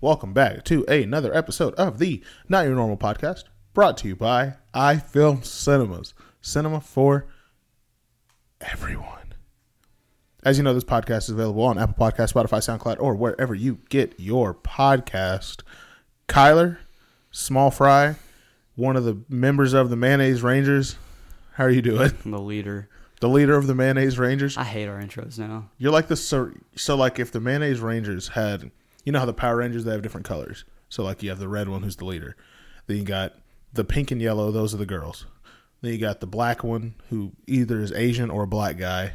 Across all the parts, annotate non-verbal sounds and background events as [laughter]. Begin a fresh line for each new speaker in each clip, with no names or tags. Welcome back to another episode of the Not Your Normal Podcast, brought to you by iFilm Cinemas, cinema for everyone. As you know, this podcast is available on Apple Podcast, Spotify, SoundCloud, or wherever you get your podcast. Kyler, Small Fry, one of the members of the Mayonnaise Rangers. How are you doing? [laughs]
I'm the leader.
The leader of the Mayonnaise Rangers.
I hate our intros now.
You're like the so, so like if the mayonnaise rangers had you know how the Power Rangers they have different colors. So like you have the red one who's the leader. Then you got the pink and yellow, those are the girls. Then you got the black one who either is Asian or a black guy.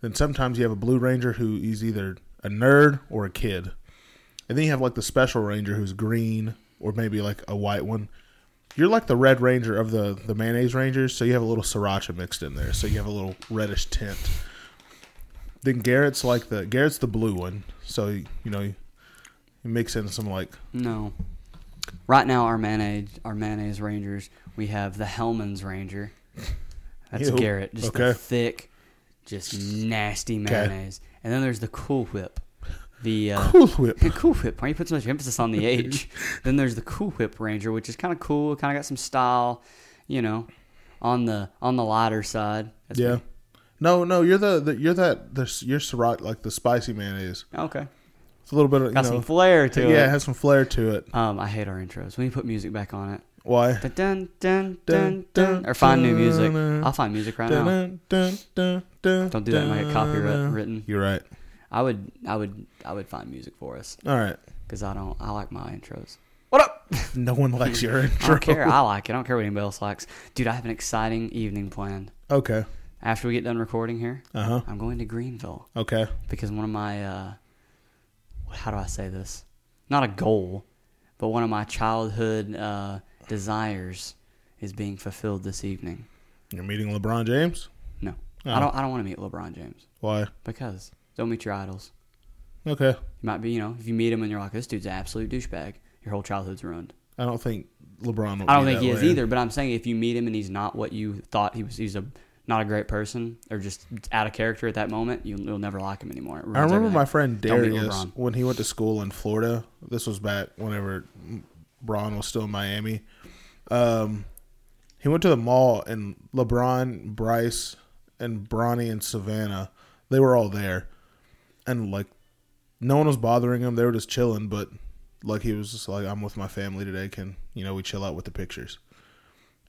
Then sometimes you have a blue ranger who is either a nerd or a kid. And then you have like the special ranger who's green or maybe like a white one. You're like the red ranger of the the mayonnaise rangers, so you have a little sriracha mixed in there. So you have a little reddish tint. Then Garrett's like the Garrett's the blue one, so you know you mix in some like
No. Right now, our mayonnaise, our mayonnaise rangers, we have the Hellman's Ranger. That's
Ew.
Garrett. Just the
Okay.
thick, just nasty mayonnaise. And then there's the Cool Whip. The uh,
Cool
[laughs]
Whip.
Cool Whip. Why do you put so much
[laughs]
emphasis on the H? then there's the Cool Whip Ranger, which is kind of cool. Kind of got some style, you know, on the on the lighter side. That's
Yeah.
me.
No, no, you're the, the you're that the you're sriracha like the spicy mayonnaise.
Okay.
It's a little bit of you
Got
know,
some flair to
yeah,
it.
it has some flair to it.
Um, I hate our intros. We need to put music back on it.
Why?
Dun, dun, dun,
Dun,
dun,
dun,
dun, or find new music.
dun,
I'll find music right now.
Dun, dun, dun, dun,
Don't do that; it might get copyright
dun.
written.
You're right.
I would, I would, I would find music for us
All right. [laughs]
because I don't. I like my intros.
What up? No one likes your
[laughs] I
intro.
don't care. I like it. I don't care what anybody else likes. Dude, I have an exciting evening planned.
Okay.
After we get done recording here,
Uh huh.
I'm going to Greenville
Okay.
because one of my, uh, how do I say this? Not a goal, but one of my childhood uh, desires is being fulfilled this evening.
You're meeting LeBron James.
No,
Oh.
I don't. I don't want to meet LeBron James.
Why?
Because don't meet your idols.
Okay.
You might be, you know, if you meet him and you're like, this dude's an absolute douchebag, your whole childhood's ruined.
I don't think LeBron. Would
I don't
be
think
that
he is
way.
either, but I'm saying if you meet him and he's not what you thought he was, he's a not a great person or just out of character at that moment, you'll, you'll never like him anymore. It ruins
I remember
everything.
my friend
Don't meet
Darius
LeBron.
when he went to school in Florida. This was back whenever Braun was still in Miami. Um, he went to the mall, and LeBron, Bryce, and Bronny and Savannah, they were all there, and like no one was bothering him. They were just chilling, but like he was just like, "I'm with my family today. Can you know we chill out with the pictures?"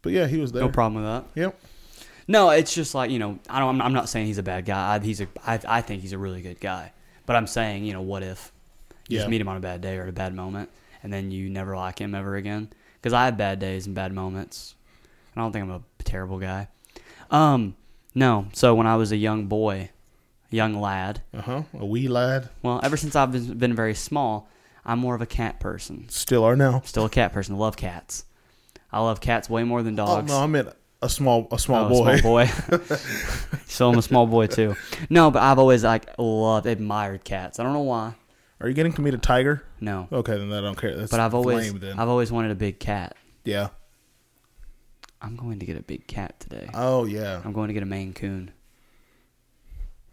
But yeah, he was there.
No problem with that.
Yep.
No, it's just like, you know, I don't, I'm, I'm not saying he's a bad guy. I, he's a, I, I think he's a really good guy. But I'm saying, you know, what if you
Yeah.
just meet him on a bad day or at a bad moment and then you never like him ever again? Because I have bad days and bad moments. I don't think I'm a terrible guy. Um, no. So when I was a young boy, young lad,
Uh huh. A wee lad.
well, ever since I've been, been very small, I'm more of a cat person.
Still are now.
Still a cat person. Love cats. I love cats way more than
Oh
dogs.
no, I meant a small a small
Oh,
boy.
Small boy.
[laughs]
[laughs] so I'm a small boy too. No, but I've always like loved, admired cats. I don't know why.
Are you getting to meet a tiger?
No,
Okay, then I don't care. That's
but I've always,
lame, then.
I've always wanted a big cat.
yeah.
I'm going to get a big cat today.
Oh yeah.
I'm going to get a Maine Coon.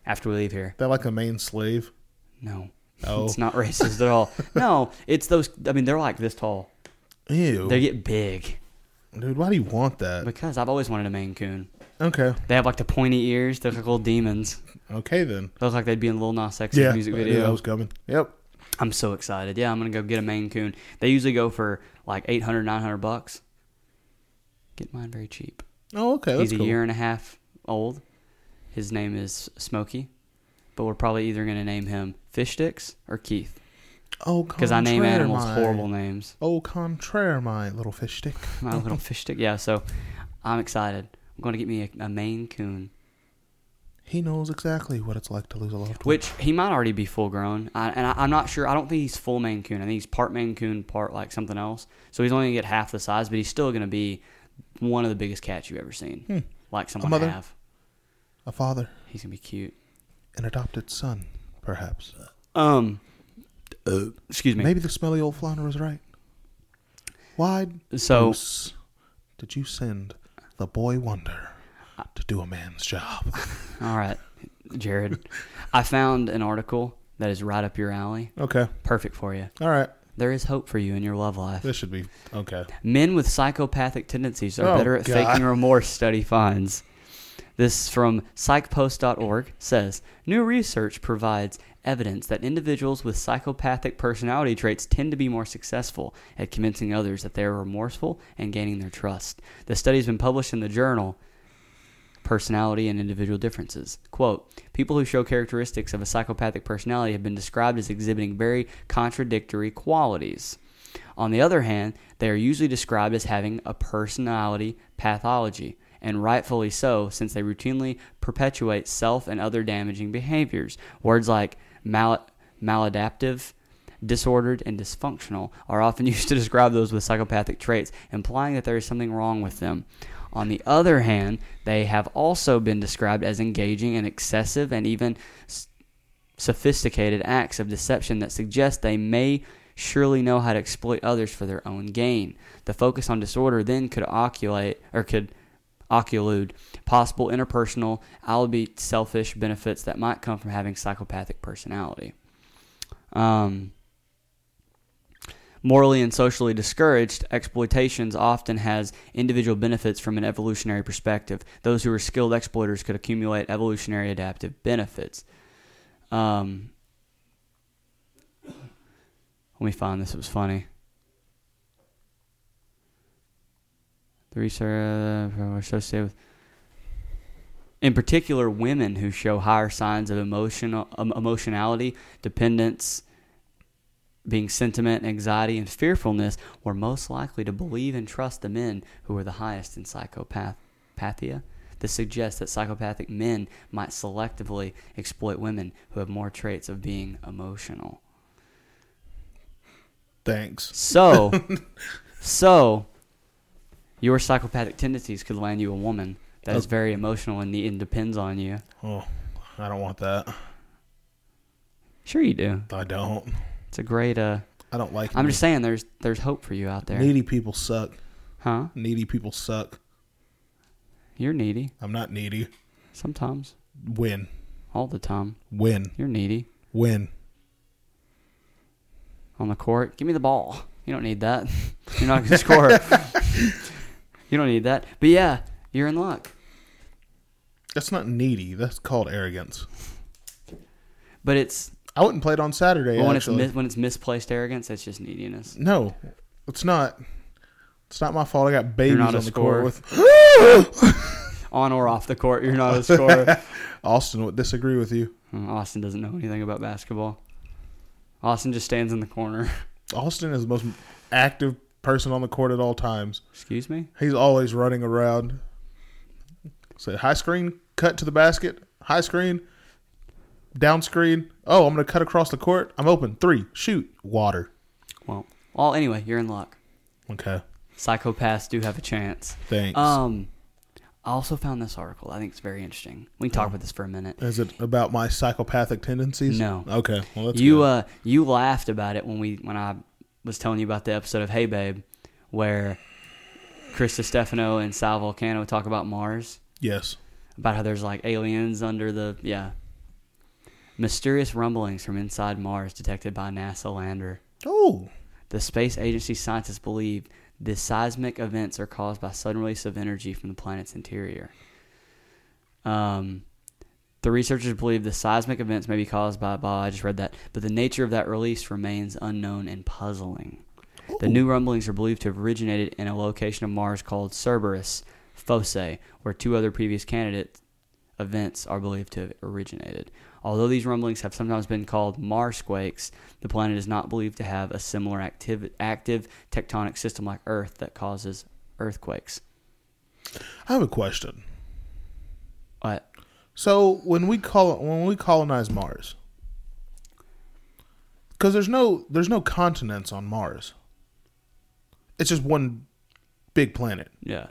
After we leave here,
They're like a main slave.
no,
Oh,
it's not racist
[laughs]
at all. No, it's those. I mean, they're like this tall.
ew,
They get big
dude. Why do you want that?
because I've always wanted a Maine Coon.
Okay,
They have like the pointy ears. They're like little demons.
okay then.
They look like they'd be in Lil Nas X's
Yeah,
music
I knew
video.
that was coming. Yep.
I'm so excited. Yeah, I'm going to go get a Maine Coon. They usually go for like 800, 900 bucks. Get mine very cheap.
Oh, okay. That's
He's a
cool.
year and a half old. His name is Smokey, but we're probably either going to name him Fish Sticks or Keith
Oh,
because I name
contraire
animals
my-
horrible names. [laughs]
Oh, contraire, my little fish stick. [laughs]
My little fish stick. Yeah, so I'm excited. I'm going to get me a, a Maine Coon,
He knows exactly what it's like to lose a loved one.
which he might already be full grown. I, and I, I'm not sure. I don't think he's full Maine Coon. I think he's part Maine Coon, part like something else. So he's only going to get half the size, but he's still going to be one of the biggest cats you've ever seen.
Hmm.
Like someone
mother.
have.
A father,
He's going to be cute.
an adopted son, perhaps.
Um, uh, excuse me.
Maybe the smelly old flounder was right. Why,
So
Bruce, did you send the boy wonder to do a man's job?
[laughs] All right, Jared. I found an article that is right up your alley.
Okay.
Perfect for you.
All right.
There is hope for you in your love life.
This should be okay.
Men with psychopathic tendencies are
Oh,
better at
God.
faking remorse, study finds. This from psychpost.org says New research provides evidence that individuals with psychopathic personality traits tend to be more successful at convincing others that they are remorseful and gaining their trust. The study has been published in the journal personality and individual differences. Quote People who show characteristics of a psychopathic personality have been described as exhibiting very contradictory qualities. On the other hand, they are usually described as having a personality pathology, and rightfully so, since they routinely perpetuate self and other damaging behaviors. Words like mal- maladaptive, disordered, and dysfunctional are often [laughs] used to describe those with psychopathic traits, implying that there is something wrong with them. On the other hand, they have also been described as engaging in excessive and even s- sophisticated acts of deception that suggest they may surely know how to exploit others for their own gain. The focus on disorder then could occulate or could occlude possible interpersonal, albeit selfish benefits that might come from having psychopathic personality. Um, morally and socially discouraged, exploitations often has individual benefits from an evolutionary perspective. Those who are skilled exploiters could accumulate evolutionary adaptive benefits. Um, let me find this. It was funny. The research uh, were associated with, in particular, women who show higher signs of emotional um, emotionality, dependence, being sentiment, anxiety, and fearfulness, were most likely to believe and trust the men who were the highest in psychopathia. This suggests that psychopathic men might selectively exploit women who have more traits of being emotional.
Thanks.
[laughs] So, so your psychopathic tendencies could land you a woman that is
Oh.
very emotional and, and depends on you.
Oh, I don't want that.
Sure, you do.
I don't.
It's a great. Uh,
I don't like.
I'm just saying, there's there's hope for you out there,
needy people suck.
huh?
Needy people suck.
You're needy
I'm not needy.
sometimes,
Win,
all the time.
win,
You're needy
win.
on the court. Give me the ball. You don't need that. [laughs] You're not gonna score. you don't need that. But yeah, you're in luck.
That's not needy. That's called arrogance.
But it's
I wouldn't play it on Saturday.
when it's
actually,
mis- when it's misplaced arrogance, it's just neediness.
no, it's not. It's not my fault. I got babies
You're not
on
a
the
scorer.
court with [gasps]
On or off the court, you're not a scorer.
Austin. Would disagree with you.
Mm, Austin doesn't know anything about basketball. Austin just stands in the corner. [laughs]
Austin is the most active person on the court at all times.
Excuse me?
He's always running around. So high screen, cut to the basket. High screen, down screen. Oh, I'm gonna cut across the court. I'm open. Three, shoot, water.
Well, well, anyway, you're in luck.
Okay,
Psychopaths do have a chance.
thanks.
Um, I also found this article. I think it's very interesting. We can talk about this for a minute.
Is it about my psychopathic tendencies?
No.
Okay. Well, that's
you
good.
uh you laughed about it when we when I was telling you about the episode of Hey Babe, where Chris Stefano and Sal Volcano talk about Mars.
yes.
about how there's like aliens under the yeah. Mysterious rumblings from inside Mars detected by NASA lander.
Oh,
The space agency scientists believe the seismic events are caused by sudden release of energy from the planet's interior. Um, the researchers believe the seismic events may be caused by, by I just read that, but the nature of that release remains unknown and puzzling. The new rumblings are believed to have originated in a location of Mars called Cerberus Fossae, where two other previous candidate events are believed to have originated. Although these rumblings have sometimes been called Marsquakes, the planet is not believed to have a similar active, active tectonic system like Earth that causes earthquakes.
I have a question.
But
So when we call when we colonize Mars, because there's no there's no continents on Mars. It's just one big planet.
yeah,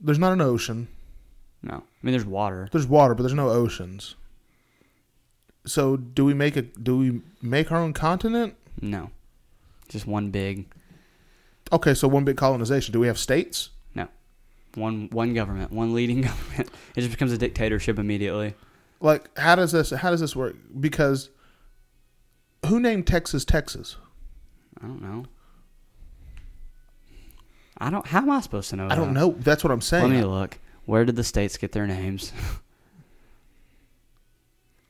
There's not an ocean.
no. I mean, there's water.
There's water, but there's no oceans. So do we make a do we make our own continent?
No, just one big
Okay, so one big colonization. Do we have states?
no, one one government, one leading [laughs] government. It just becomes a dictatorship immediately.
Like how does this how does this work? Because who named Texas Texas?
I don't know. I don't. How am I supposed to know?
I don't
that?
know. That's what I'm
Let
saying.
me look. Where did the states get their names? [laughs]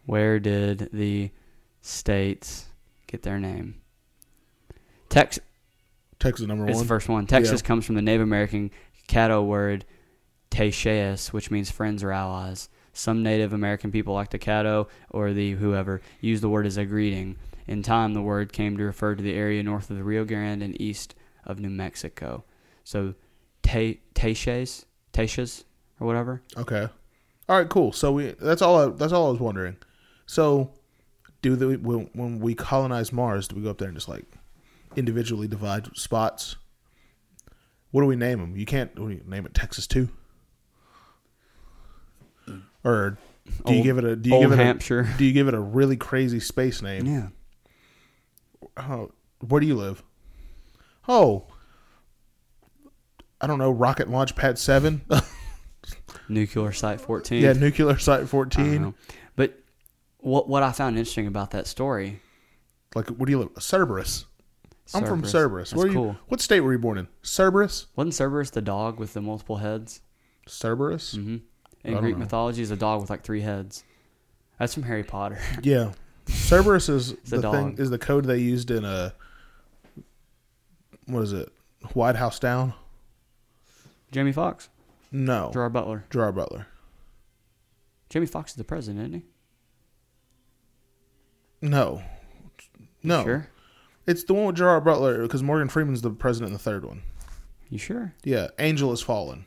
Where did the states get their name? Tex
Texas number
is the
one.
first one. Texas comes from the Native American Caddo word Techeus, which means friends or allies. Some Native American people, like the Caddo or the whoever, use the word as a greeting. In time, the word came to refer to the area north of the Rio Grande and east of New Mexico. So, Te- Teches, Teches, or whatever.
Okay. All right. Cool. So we. That's all. I, that's all I was wondering. So, do the when, when we colonize Mars, do we go up there and just like individually divide spots? What do we name them? You can't what do you, name it Texas two. Or do you
Old-
give it a do you
Old
give it
Hampshire.
a do you give it a really crazy space name?
yeah.
Oh, where do you live? Oh, I don't know. Rocket Launch Pad Seven. [laughs]
Nuclear Site 14.
yeah, Nuclear Site
I don't
Fourteen.
know. But what what I found interesting about that story.
Like, where do you live? Cerberus. I'm from Cerberus.
That's
Where are you?
cool.
What state were you born in? Cerberus.
Wasn't Cerberus the dog with the multiple heads?
Cerberus.
Mm-hmm.
I
In
don't
Greek
know.
mythology, is a dog with like three heads. That's from Harry Potter. [laughs]
Yeah, Cerberus is
a
the thing.
dog.
Is the code they used in a what is it? White House Down.
Jamie Foxx,
No,
Gerard Butler.
Gerard Butler.
Jamie Foxx is the president, isn't he?
No, no.
You sure.
It's the one with Gerard Butler because Morgan Freeman's the president in the third one.
You sure?
Yeah, Angel has fallen.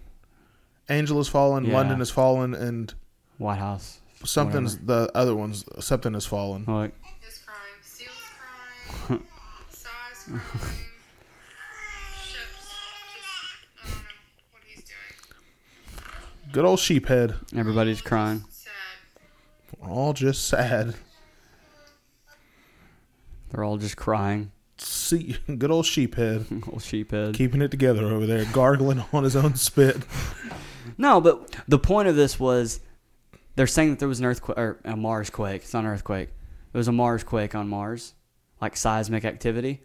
Angel has fallen.
Yeah.
London has fallen, and
White House.
something's the other one's something has fallen.
whatever. Like
His crime, seals crime, saws crime, ships. Just, I don't know what he's doing.
Good old sheephead.
everybody's crying.
Sad.
We're all just sad.
They're all just crying. [laughs]
See, good old sheephead.
Little sheephead.
keeping it together over there, gargling [laughs] on his own spit.
No, but the point of this was they're saying that there was an earthquake or a Mars quake. It's not an earthquake. There was a Mars quake on Mars, like seismic activity,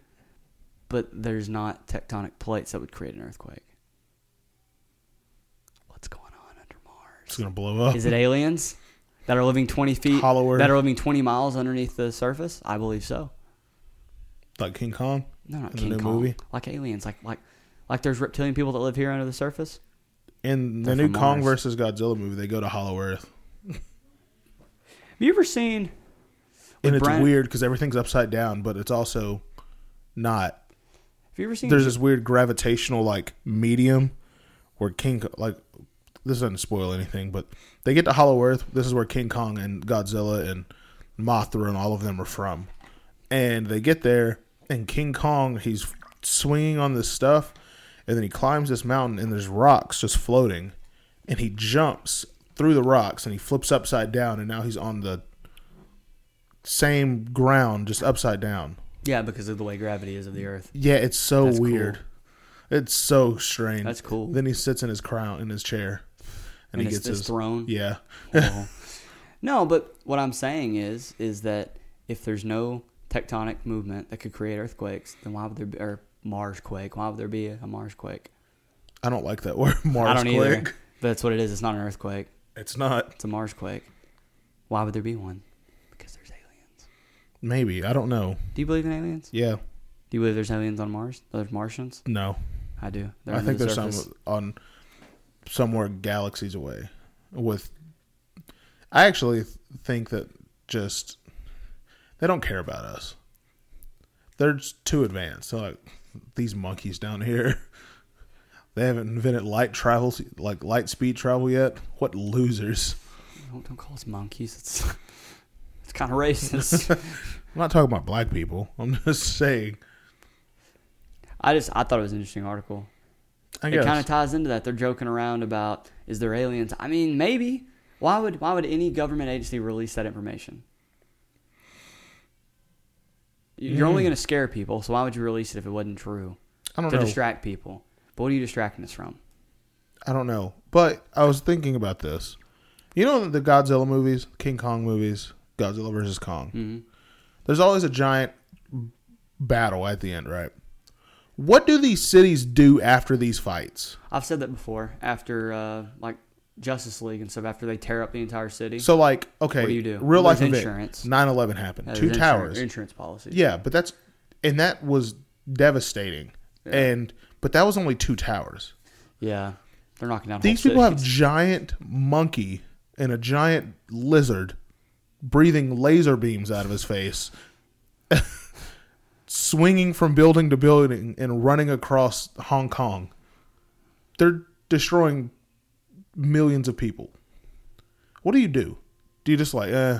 but there's not tectonic plates that would create an earthquake. What's going on under Mars?
It's gonna blow up.
Is it aliens that are living 20 feet,
Hollow Earth.
that are living 20 miles underneath the surface? I believe so.
like King Kong?
No, not
In the
King
new
Kong.
movie?
Like aliens, like like like there's reptilian people that live here under the surface.
In the
They're
new
from
Kong
Mars.
versus Godzilla movie, they go to Hollow Earth,
Have you ever seen?
and it's
Brian-
weird because everything's upside down, but it's also not.
Have you ever seen?
There's this weird gravitational like medium where King like this doesn't spoil anything, but they get to Hollow Earth. This is where King Kong and Godzilla and Mothra and all of them are from, and they get there, and King Kong he's swinging on this stuff, and then he climbs this mountain, and there's rocks just floating, and he jumps through the rocks, and he flips upside down, and now he's on the same ground just upside down.
yeah, because of the way gravity is of the Earth.
Yeah, it's so
That's cool.
weird. It's so strange.
That's cool.
Then he sits in his crown in his chair, and,
And
he
his-
gets
his
his,
throne?
[laughs] Yeah,
Well, no, but what I'm saying is, is that if there's no tectonic movement that could create earthquakes, then why would there be or Mars quake? Why would there be a Mars quake?
I don't like that word. [laughs]
I
Mars
don't
quake.
[laughs] either. But that's what it is. It's not an earthquake.
It's not.
It's a Mars quake. Why would there be one? Because there's aliens.
Maybe I don't know.
Do you believe in aliens?
Yeah,
Do you believe there's aliens on Mars? There's Martians?
no.
I do. They're
I
under
think
the
there's
surface.
some on somewhere galaxies away. With I actually think that just they don't care about us. They're just too advanced. They're like these monkeys down here. [laughs] They haven't invented light travel, like light speed travel yet. What losers!
Don't, don't call us monkeys. It's [laughs] it's kind of racist.
[laughs] I'm not talking about black people. I'm just saying.
I just I thought it was an interesting article.
I
it
guess
kind of ties into that. They're joking around about is there aliens? I mean, maybe. Why would why would any government agency release that information? You're only going to scare people, so why would you release it if it wasn't
Hmm.
true
I don't
to
know.
distract people? But what are you distracting us from?
I don't know. But I was thinking about this. You know the Godzilla movies, King Kong movies, Godzilla versus Kong.
Mhm.
There's always a giant battle at the end, right? What do these cities do after these fights?
I've said that before. After uh, like Justice League and stuff, after they tear up the entire city,
So, like, okay,
What do you do?
real life
There's
event.
insurance.
9/11 happened.
Uh,
Two
insur-
towers.
insurance policy.
Yeah, but that's and that was devastating. And but that was only two towers.
yeah, they're knocking down.
These
whole
people have
cities.
giant monkey and a giant lizard breathing laser beams out of his face, [laughs] swinging from building to building and running across Hong Kong. They're destroying millions of people. What do you do? Do you just like, eh,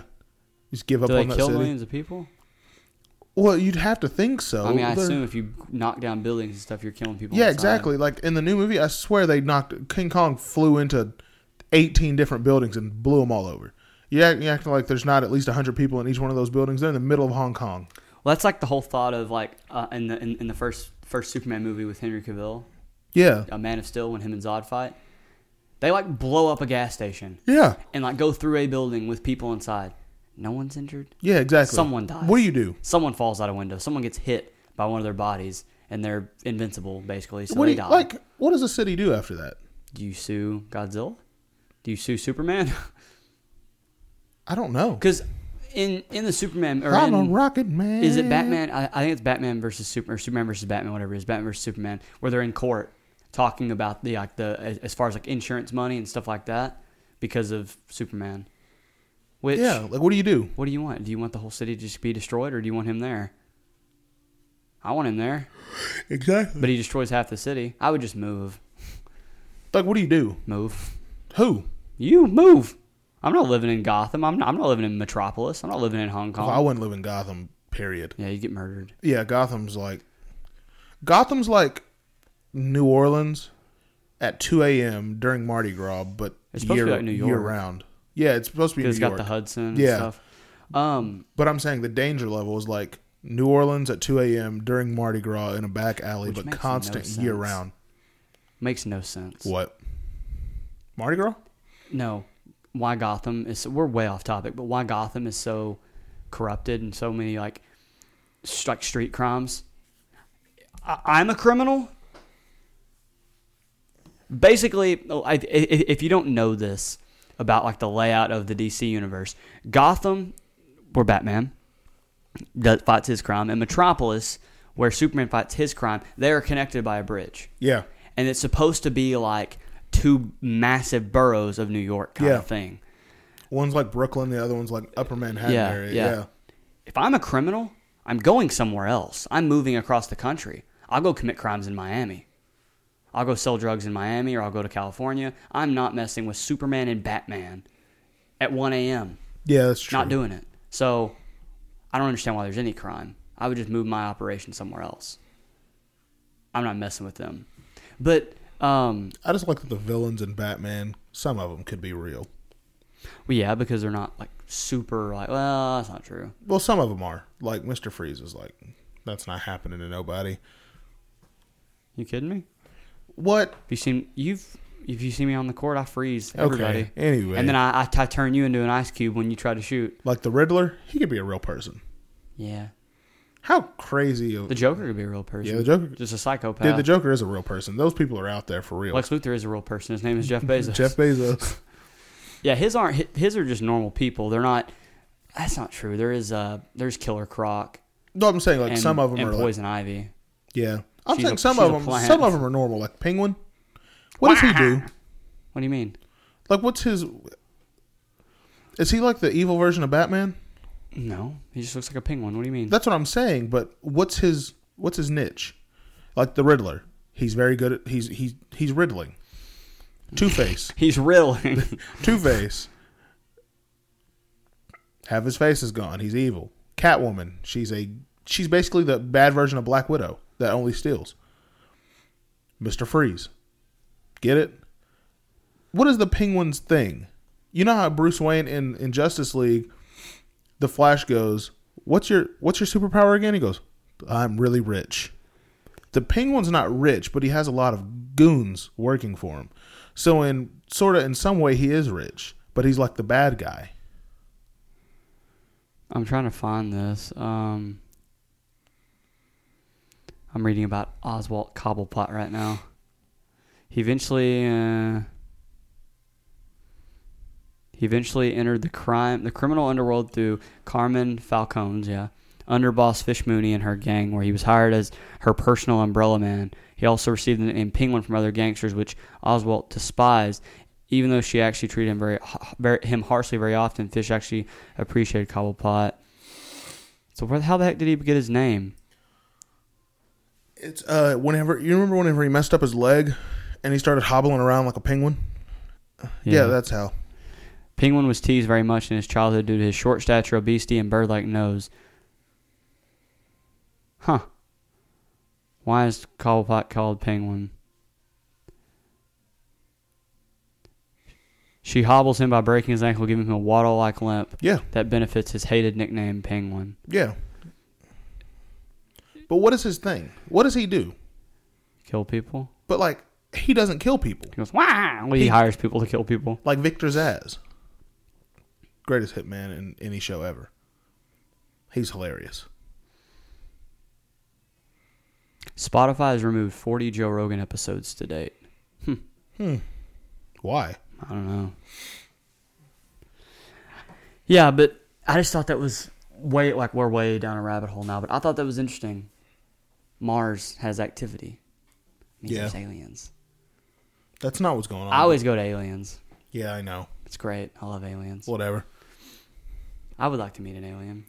just give up
Do they
on that
kill
city?
millions of people?
Well, you'd have to think so.
I mean, I
They're-
assume if you knock down buildings and stuff, you're killing people.
Yeah,
inside.
exactly. Like in the new movie, I swear they knocked King Kong flew into eighteen different buildings and blew them all over. You act, you acting like there's not at least hundred people in each one of those buildings. They're in the middle of Hong Kong.
Well, that's like the whole thought of like uh, in the in, in the first first Superman movie with Henry Cavill,
Yeah,
a Man of Steel, when him and Zod fight, they like blow up a gas station
yeah,
and like go through a building with people inside. No one's injured.
yeah. Exactly.
Someone dies.
What do you do?
Someone falls out a window. Someone gets hit by one of their bodies, and they're invincible basically. So
what do you,
they die.
like? What does a city do after that?
Do you sue Godzilla? Do you sue Superman? [laughs]
I don't know.
Because in in the Superman or
I'm
in-
a rocket man.
Is it Batman? I, I think it's Batman versus Super, or Superman versus Batman, whatever it is. Batman versus Superman, where they're in court talking about the like the as, as far as like insurance money and stuff like that because of Superman. Which
Yeah. Like, what do you do?
what do you want? Do you want the whole city to just be destroyed, or do you want him there? I want him there,
Exactly.
but he destroys half the city. I would just move,
Like, what do you do?
move.
Who?
You move. I'm not living in Gotham. I'm not, I'm not living in Metropolis. I'm not living in Hong Kong.
Well, I wouldn't live in Gotham. Period.
yeah, you get murdered.
Yeah, Gotham's like Gotham's like New Orleans at two AM during Mardi Gras, but
It's supposed
year,
to be like New
year
York.
round. Yeah, it's supposed to be New
It's got
York.
the Hudson and
Yeah.
stuff. Um,
but I'm saying the danger level is like New Orleans at two AM during Mardi Gras in a back alley,
Which
but
makes no
constant
sense.
year round.
makes no sense.
What? Mardi Gras?
no why gotham is we're way off topic but why gotham is so corrupted and so many like st- like street crimes I- i'm a criminal basically oh, I, i- i- if you don't know this about like the layout of the dc universe gotham where batman does, fights his crime and metropolis where superman fights his crime they are connected by a bridge
Yeah.
and it's supposed to be like two massive boroughs of New York kind
Yeah.
of thing.
One's like Brooklyn, the other one's like upper Manhattan
Yeah,
area.
yeah.
yeah.
If I'm a criminal, I'm going somewhere else. I'm moving across the country. I'll go commit crimes in Miami. I'll go sell drugs in Miami or I'll go to California. I'm not messing with Superman and Batman at 1 a.m.
Yeah, that's true.
Not doing it. So I don't understand why there's any crime. I would just move my operation somewhere else. I'm not messing with them. But um,
I just like that the villains in Batman, some of them could be real.
Well, yeah, because they're not like super like. Well, that's not true.
Well, some of them are. Like Mister Freeze is like, that's not happening to nobody.
You kidding me?
What?
If you seen you've if you see me on the court, I freeze everybody.
anyway.
and then I, I I turn you into an ice cube when you try to shoot.
Like the Riddler, he could be a real person.
Yeah,
How crazy!
the Joker could be a real person.
Yeah, the Joker-
just a psychopath.
Dude, the Joker is a real person. Those people are out there for real.
Lex Luthor is a real person. His name
[laughs]
is Jeff Bezos.
Jeff Bezos.
Yeah, his aren't hi- his are just normal people. They're not. That's not true. There is uh there's Killer Croc
[laughs] no, I'm saying like
and,
some of them
and
are. Like,
Poison Ivy.
yeah, I'm
She's
saying
a-
some
she's
of
a
them.
plant.
Some of them are normal. Like Penguin. What does he do?
What do you mean?
Like, what's his? Is he like the evil version of Batman?
No, he just looks like a penguin. What do you mean?
That's what I'm saying. But what's his? What's his niche? Like the Riddler. He's very good at. He's he's he's riddling. Two Face.
He's
[laughs]
[laughs] reeling.
Two Face. Half his face is gone. He's evil. Catwoman. She's a she's basically the bad version of Black Widow that only steals. Mister Freeze. Get it? What is the penguin's thing? You know how Bruce Wayne in, in Justice League, the Flash goes, What's your what's your superpower again? He goes, I'm really rich. The penguin's not rich, but he has a lot of goons working for him. So in sorta in some way he is rich, but he's like the bad guy.
I'm trying to find this. Um, I'm reading about Oswald Cobblepot right now. He eventually uh, he eventually entered the crime the criminal underworld through Carmen Falcone's yeah underboss Fish Mooney and her gang, where he was hired as her personal umbrella man. He also received the name Penguin from other gangsters, which Oswald despised. Even though she actually treated him very, very him harshly very often, Fish actually appreciated Cobblepot. So where the hell the heck did he get his name?
It's uh whenever you remember whenever he messed up his leg and he started hobbling around like a penguin? Yeah, that's how.
Penguin was teased very much in his childhood due to his short stature, obesity, and bird-like nose. Huh. Why is Cobblepot called Penguin? She hobbles him by breaking his ankle, giving him a waddle-like limp
Yeah.
that benefits his hated nickname, Penguin.
Yeah. But what is his thing? What does he do?
Kill people.
But like he doesn't kill people.
He goes, wow. Well, he hires people to kill people.
Like Victor Zaz. Greatest hitman in any show ever. He's hilarious.
Spotify has removed 40 Joe Rogan episodes to date.
Why?
I don't know. Yeah, but I just thought that was way like we're way down a rabbit hole now. But I thought that was interesting. Mars has activity. Means
Yeah.
there's aliens.
That's not what's going on.
I always go to aliens.
Yeah, I know.
It's great. I love aliens.
Whatever.
I would like to meet an alien.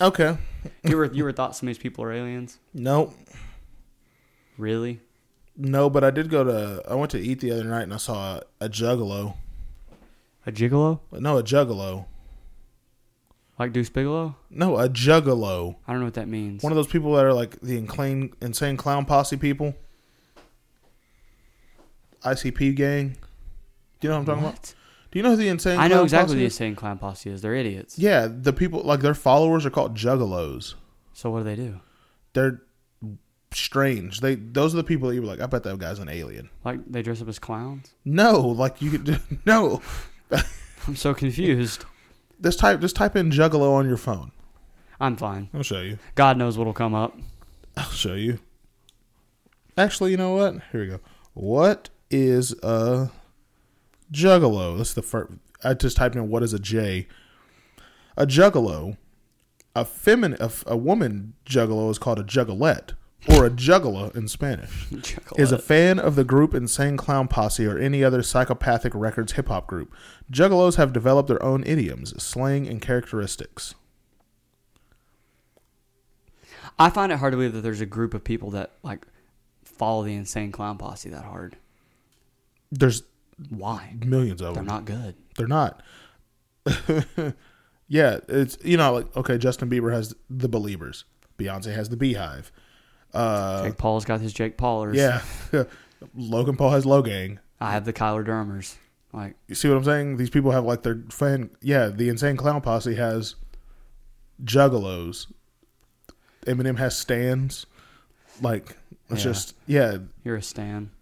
Okay.
You ever you ever thought some of these people are aliens?
No.
Really?
No, but I did go to I went to eat the other night and I saw a, a juggalo.
A gigolo?
No, a juggalo.
Like Deuce Bigelow?
No, a juggalo.
I don't know what that means.
One of those people that are like the insane, insane clown posse people. ICP gang. Do you know what I'm talking about?
What?
Do you know who the insane?
I know
clown
exactly
posse
what the
is?
insane clown posse is. They're idiots.
Yeah, the people like their followers are called juggalos.
So what do they do?
They're strange. They those are the people that you were like, I bet that guy's an alien.
Like they dress up as clowns? [laughs]
No, like you could [laughs] no.
I'm so confused.
Just type just type in juggalo on your phone.
I'm fine.
I'll show you.
God knows what'll come up. [laughs]
I'll show you. Actually, you know what? Here we go. What is a juggalo? That's the first. I just typed in what is a J. A juggalo, a feminine, a, f- a woman juggalo is called a juggalette or a juggala in Spanish.
Chuckle
Is a
at-
fan of the group Insane Clown Posse or any other psychopathic records hip hop group. Juggalos have developed their own idioms, slang, and characteristics.
I find it hard to believe that there's a group of people that like follow the insane clown posse that hard.
There's
Why?
millions of
They're
them.
not good.
They're not. [laughs] yeah, it's you know like okay, Justin Bieber has the Believers, Beyonce has the Beehive. Uh,
Jake Paul's got his Jake Paulers.
yeah, [laughs] Logan Paul has Logang.
I have the Kyler Dermers. Like
You see what I'm saying? These people have like their fan. Yeah, the Insane Clown Posse has Juggalos. Eminem has stands. Like it's
Yeah.
just yeah.
you're a Stan.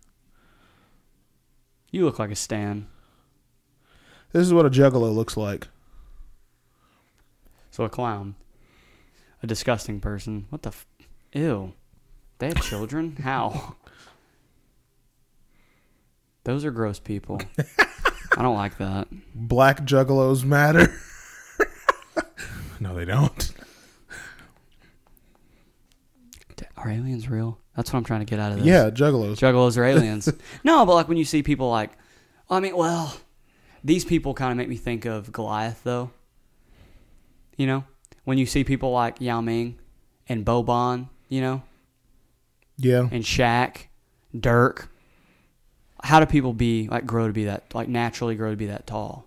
You look like a Stan.
This is what a Juggalo looks like.
So a clown, a disgusting person. What the? F- Ew. They have children. How? Those are gross people. I don't like that.
Black Juggalos matter. [laughs] no, they don't.
D- Are aliens real? That's what I'm trying to get out of this.
Yeah, Juggalos.
Juggalos are aliens. no, but like when you see people like, I mean, well, these people kind of make me think of Goliath, though. You know, when you see people like Yao Ming and Boban, you know,
yeah.
and Shaq, Dirk, how do people be like grow to be that like naturally grow to be that tall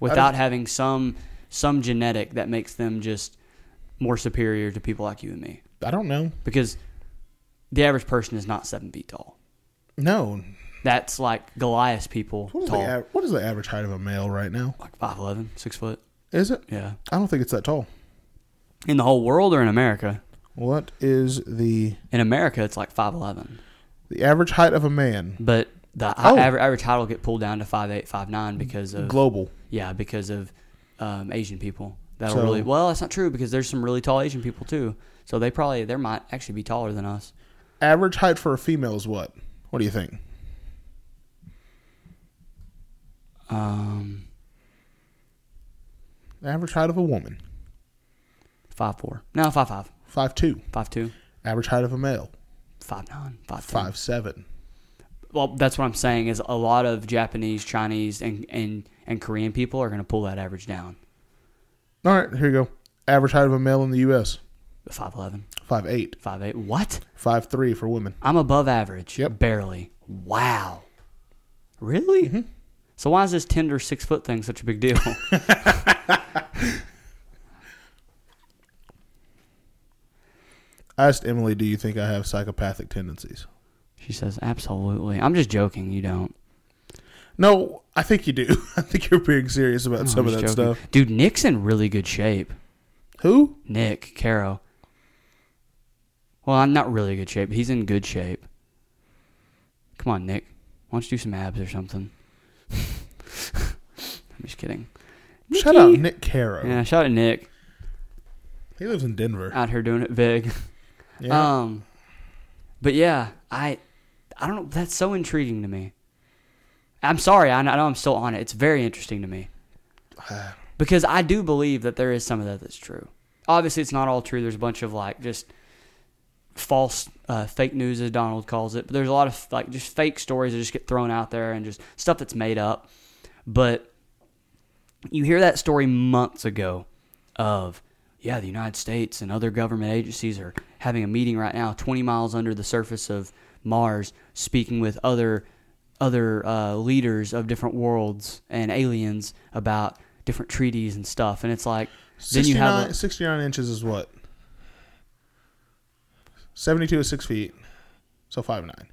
without having some some genetic that makes them just more superior to people like you and me?
I don't know.
Because the average person is not seven feet tall.
No.
That's like Goliath's people
What is,
tall.
the, av- what is the average height of a male right now?
like 5'11, 6 foot.
Is it?
Yeah.
I don't think it's that tall.
In the whole world or in America?
What is the
In America, it's like 5'11.
the average height of a man?
But the
Oh.
average, average height will get pulled down to 5'8, 5'9 because of,
Global.
yeah, because of um, Asian people. That'll
So-
really, well, that's not true because there's some really tall Asian people too. So they probably they might actually be taller than us.
Average height for a female is what? What do you think?
Um,
Average height of a woman,
five four. No, five five.
five two.
Five two.
Average height of a male,
Five nine. Five ten.
five seven.
Well, that's what I'm saying is a lot of Japanese, Chinese, and and and Korean people are going to pull that average down.
All right, here you go. Average height of a male in the U.S.
Five eleven.
five eight,
Five eight. What?
five three for women.
I'm above average.
Yep.
Barely. Wow. Really?
Mm-hmm.
So why is this Tinder six foot thing such a
[laughs]
big deal?
I asked Emily, "Do you think I have psychopathic tendencies?"
she says, absolutely. I'm just joking. You don't.
No, I think you do. [laughs] I think you're being serious about
No,
some
I'm
of that
just joking.
stuff.
Dude, Nick's in really good shape.
Who?
Nick, Caro. Well, I'm not really good shape. He's in good shape. Come on, Nick. Why don't you do some abs or something? [laughs] I'm just kidding.
Shut up,
Nikki.
Nick Caro.
Yeah, Uh, shout out Nick.
He lives in Denver.
Out here doing it big.
yeah.
[laughs] Um, but yeah, I, I don't know. That's so intriguing to me. I'm sorry. I know, I know I'm still on it. It's very interesting to me uh,
[sighs]
because I do believe that there is some of that that's true. Obviously, it's not all true. There's a bunch of like just false, uh, fake news, as Donald calls it. But there's a lot of like just fake stories that just get thrown out there and just stuff that's made up. But you hear that story months ago of yeah the united states and other government agencies are having a meeting right now 20 miles under the surface of mars speaking with other other uh, leaders of different worlds and aliens about different treaties and stuff and it's like then you have
69
a,
69 inches is what? 72 is 6 feet, so five nine.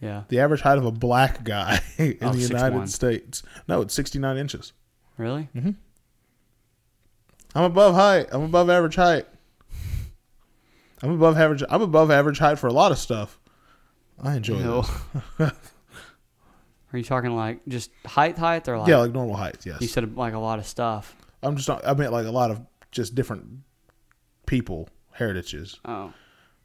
yeah
The average height of a black guy [laughs] in
Oh,
the
6'1".
United States. No, it's 69 inches.
really
I'm above height. I'm above average height. I'm above average. I'm above average height for a lot of stuff. I enjoy
No.
those.
[laughs] are you talking like just height height or like
[laughs] Yeah, like normal heights. Yes.
you said like a lot of stuff
I'm just not. I meant like a lot of just different people heritages.
oh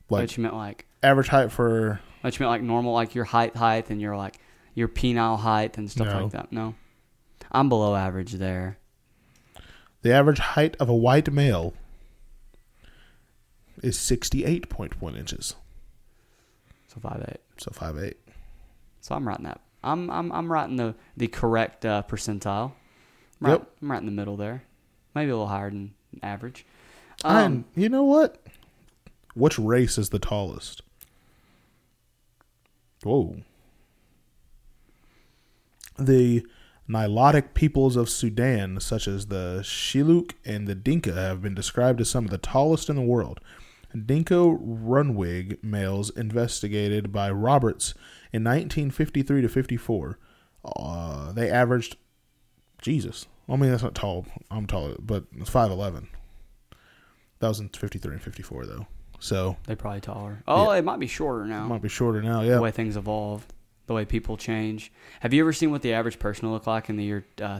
Like
but you meant like
average height for
What you meant like normal, like your height, height, and your like your penile height and stuff
No.
like that. No, I'm below average there.
the average height of a white male is 68.1 inches.
So five eight.
So five eight.
So I'm right in that. I'm I'm I'm right in the the correct uh, percentile. I'm right,
Yep.
I'm right in the middle there. Maybe a little higher than average.
and
Um,
you know what? Which race is the tallest? Whoa. The Nilotic peoples of Sudan, such as the Shiluk and the Dinka, have been described as some of the tallest in the world. Dinko Runwig males investigated by Roberts in 1953 to 54. Uh, they averaged, Jesus. I mean, that's not tall. I'm taller, but it's 5'11. That was in 53 and 54, though. So
they probably taller. Oh, it might be shorter now.
might be shorter now, yeah.
The way things evolve, the way people change. Have you ever seen what the average person will look like in the year uh,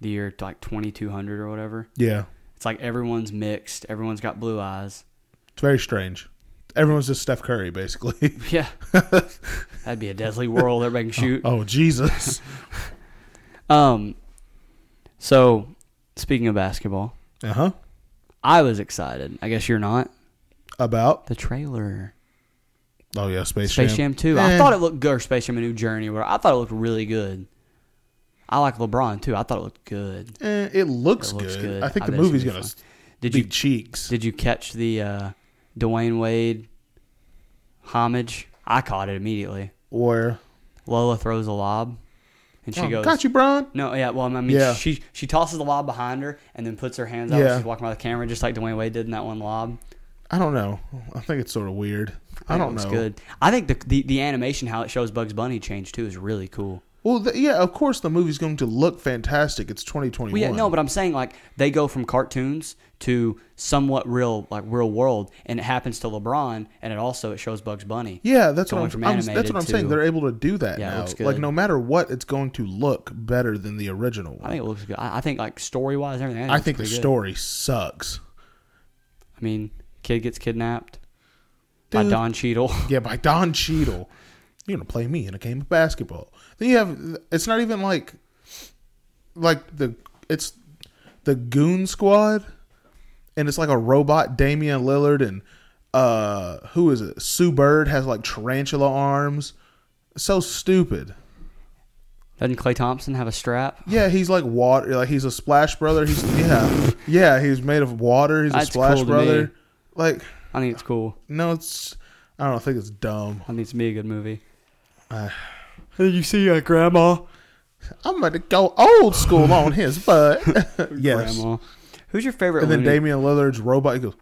the year like 2200 or whatever?
Yeah.
It's like everyone's mixed. Everyone's got blue eyes. [laughs]
It's very strange. Everyone's just Steph Curry, basically. [laughs]
Yeah. That'd be a deadly world. Everybody can shoot.
oh, Jesus.
Um, so, speaking of basketball,
Uh huh.
I was excited. I guess you're not.
About.
The trailer.
Oh, yeah, Space,
Space Jam 2. I
Eh,
thought it looked good. Or Space Jam A New Journey. Where I thought it looked really good. I like LeBron, too. I thought it looked good.
eh, it looks,
It looks
good.
good.
I think
I
the
bet it's
movie's
gonna be
going to
fun. Did
be
you
cheeks.
did you catch the uh, Dwayne Wade homage? I caught it immediately.
Where?
Lola throws a lob, and she
Oh,
goes,
Got you, Bron.
No, yeah. Well, I mean,
Yeah.
she she tosses the lob behind her and then puts her hands out.
Yeah.
She's walking by the camera, just like Dwayne Wade did in that one lob.
I don't know. I think it's sort of weird. I,
think it
don't
looks
know.
Good. I think the, the the animation how it shows Bugs Bunny change too is really cool.
Well, the, yeah, of course the movie's going to look fantastic. It's 2021.
Well, yeah, no, but I'm saying like they go from cartoons to somewhat real, like real world, and it happens to LeBron, and it also it shows Bugs Bunny.
yeah, that's what
going
I'm,
from
I'm- that's
animated
what I'm
to-
saying. They're able to do that
Yeah, it
now.
looks
Like
good.
no matter what, it's going to look better than the original
I
one.
think it looks good. I, I think like story wise, everything.
I think the
it's pretty good.
story sucks.
I mean, kid gets kidnapped by
Dude.
Don Cheadle. [laughs]
Yeah, by Don Cheadle. You're gonna play me in a game of basketball. Then you have. It's not even like, like the it's the Goon Squad, and it's like a robot Damian Lillard and uh who is it? Sue Bird has like tarantula arms. So stupid.
Doesn't Clay Thompson have a strap?
Yeah, he's like water. Like he's a Splash Brother. He's yeah, yeah. He's made of water. He's
That's
a Splash
cool to me.
Brother. Like
I think it's cool.
no, it's I don't know, I think it's dumb.
I think it's be a good movie.
Uh,
Hey, you see uh, Grandma?
I'm gonna go old school on
[laughs]
his butt. yes.
Grandma. Who's your favorite?
And then
Looney,
Damian Lillard's robot. He goes,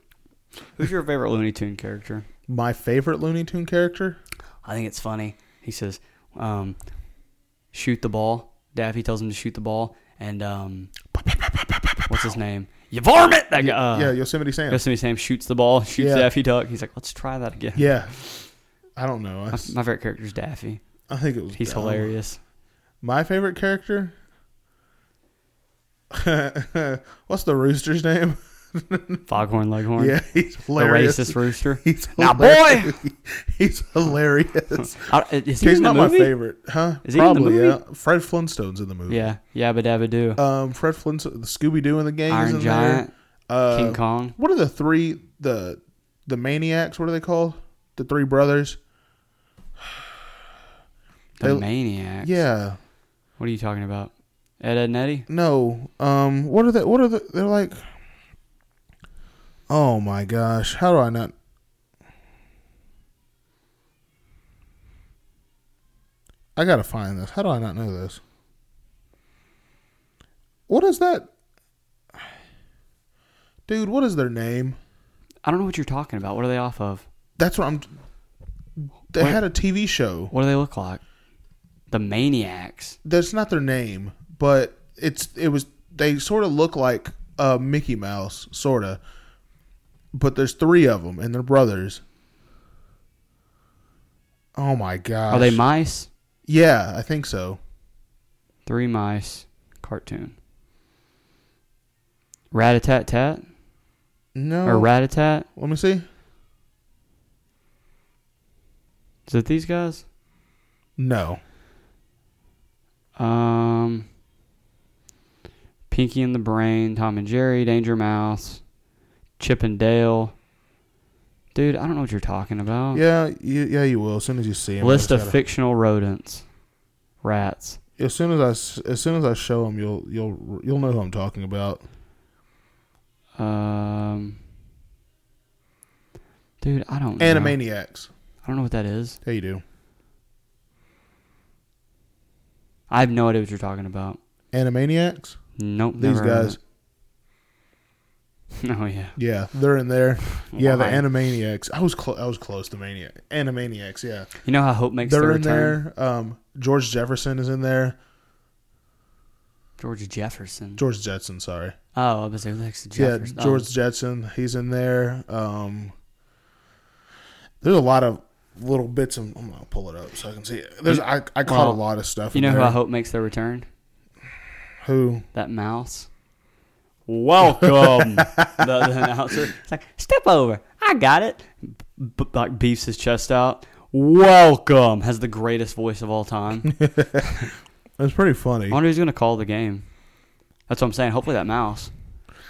Who's your favorite Looney Tune character?
my favorite Looney Tune character.
I think it's funny. He says, um, "Shoot the ball." Daffy tells him to shoot the ball, and um, what's his name? You varmint. That guy. Uh,
yeah, Yosemite Sam.
Yosemite Sam shoots the ball, shoots
Yeah.
Daffy Duck. He's like, "Let's try that again."
yeah. I don't know. I,
My, my favorite character is Daffy.
I think it was.
He's
dumb.
hilarious.
My favorite character. [laughs] What's the rooster's name?
Foghorn Leghorn.
Yeah, he's
The
hilarious.
racist rooster.
He's
Now,
hilarious. [laughs] He's hilarious.
I, is he
He's
in the
not
movie?
my favorite, huh?
Is he in the movie?
yeah. Fred Flintstone's in the movie.
Yeah, Yabba Dabba Doo.
Um, Fred Flintstone, the Scooby Doo and the gang is
Iron
in
Giant,
there. Uh,
King Kong.
What are the three the the maniacs? What are they called? The three brothers.
The
they-
Maniacs.
Yeah.
What are you talking about? Ed, Ed, and Eddie?
No. Um. What are they? What are the? They're like. Oh my gosh! How do I not? I gotta find this. How do I not know this? What is that? Dude, what is their name?
I don't know what you're talking about. What are they off of?
That's what I'm. They
What?
had a TV show.
What do they look like? The Maniacs.
That's not their name, but it's it was. They sort of look like uh, Mickey Mouse, sort of. But there's three of them, and they're brothers. Oh my gosh!
Are they mice?
Yeah, I think so.
Three mice cartoon. Rat a tat tat
No.
or rat a tat?
Let me see.
Is it these guys?
No.
Um, Pinky and the Brain, Tom and Jerry, Danger Mouse, Chip and Dale. Dude, I don't know what you're talking about.
Yeah, you, yeah, you will as soon as you see them.
List of fictional rodents, rats.
as soon as I s- as soon as I show them, you'll you'll you'll know who I'm talking about.
Um, dude, I don't know.
Animaniacs.
I don't know what that is.
Yeah, you do.
I have no idea what you're talking about.
Animaniacs.
Nope.
These
never heard of
guys.
it. [laughs] Oh yeah.
Yeah, they're in there. Yeah,
Why?
the Animaniacs. I was clo- I was close to Maniac. Animaniacs. Yeah,
You know how Hope makes the
they're in
return.
there. Um, George Jefferson is in there.
George Jefferson.
George Jetson. Sorry.
oh, I was like, Lex Jefferson. Oh.
Yeah, George Jetson. He's in there. Um, there's a lot of little bits. Of, I'm gonna pull it up so I can see it. There's I, I caught a
Well,
lot of stuff.
Oh. You
in
know who
there.
I hope makes their return?
Who?
That mouse.
[laughs]
Welcome, the, the announcer. It's like, step over. I got it. B- like beefs his chest out. Welcome has the greatest voice of
[laughs]
all time. I
That's pretty funny.
wonder who's gonna call the game. That's what I'm saying. Hopefully that mouse,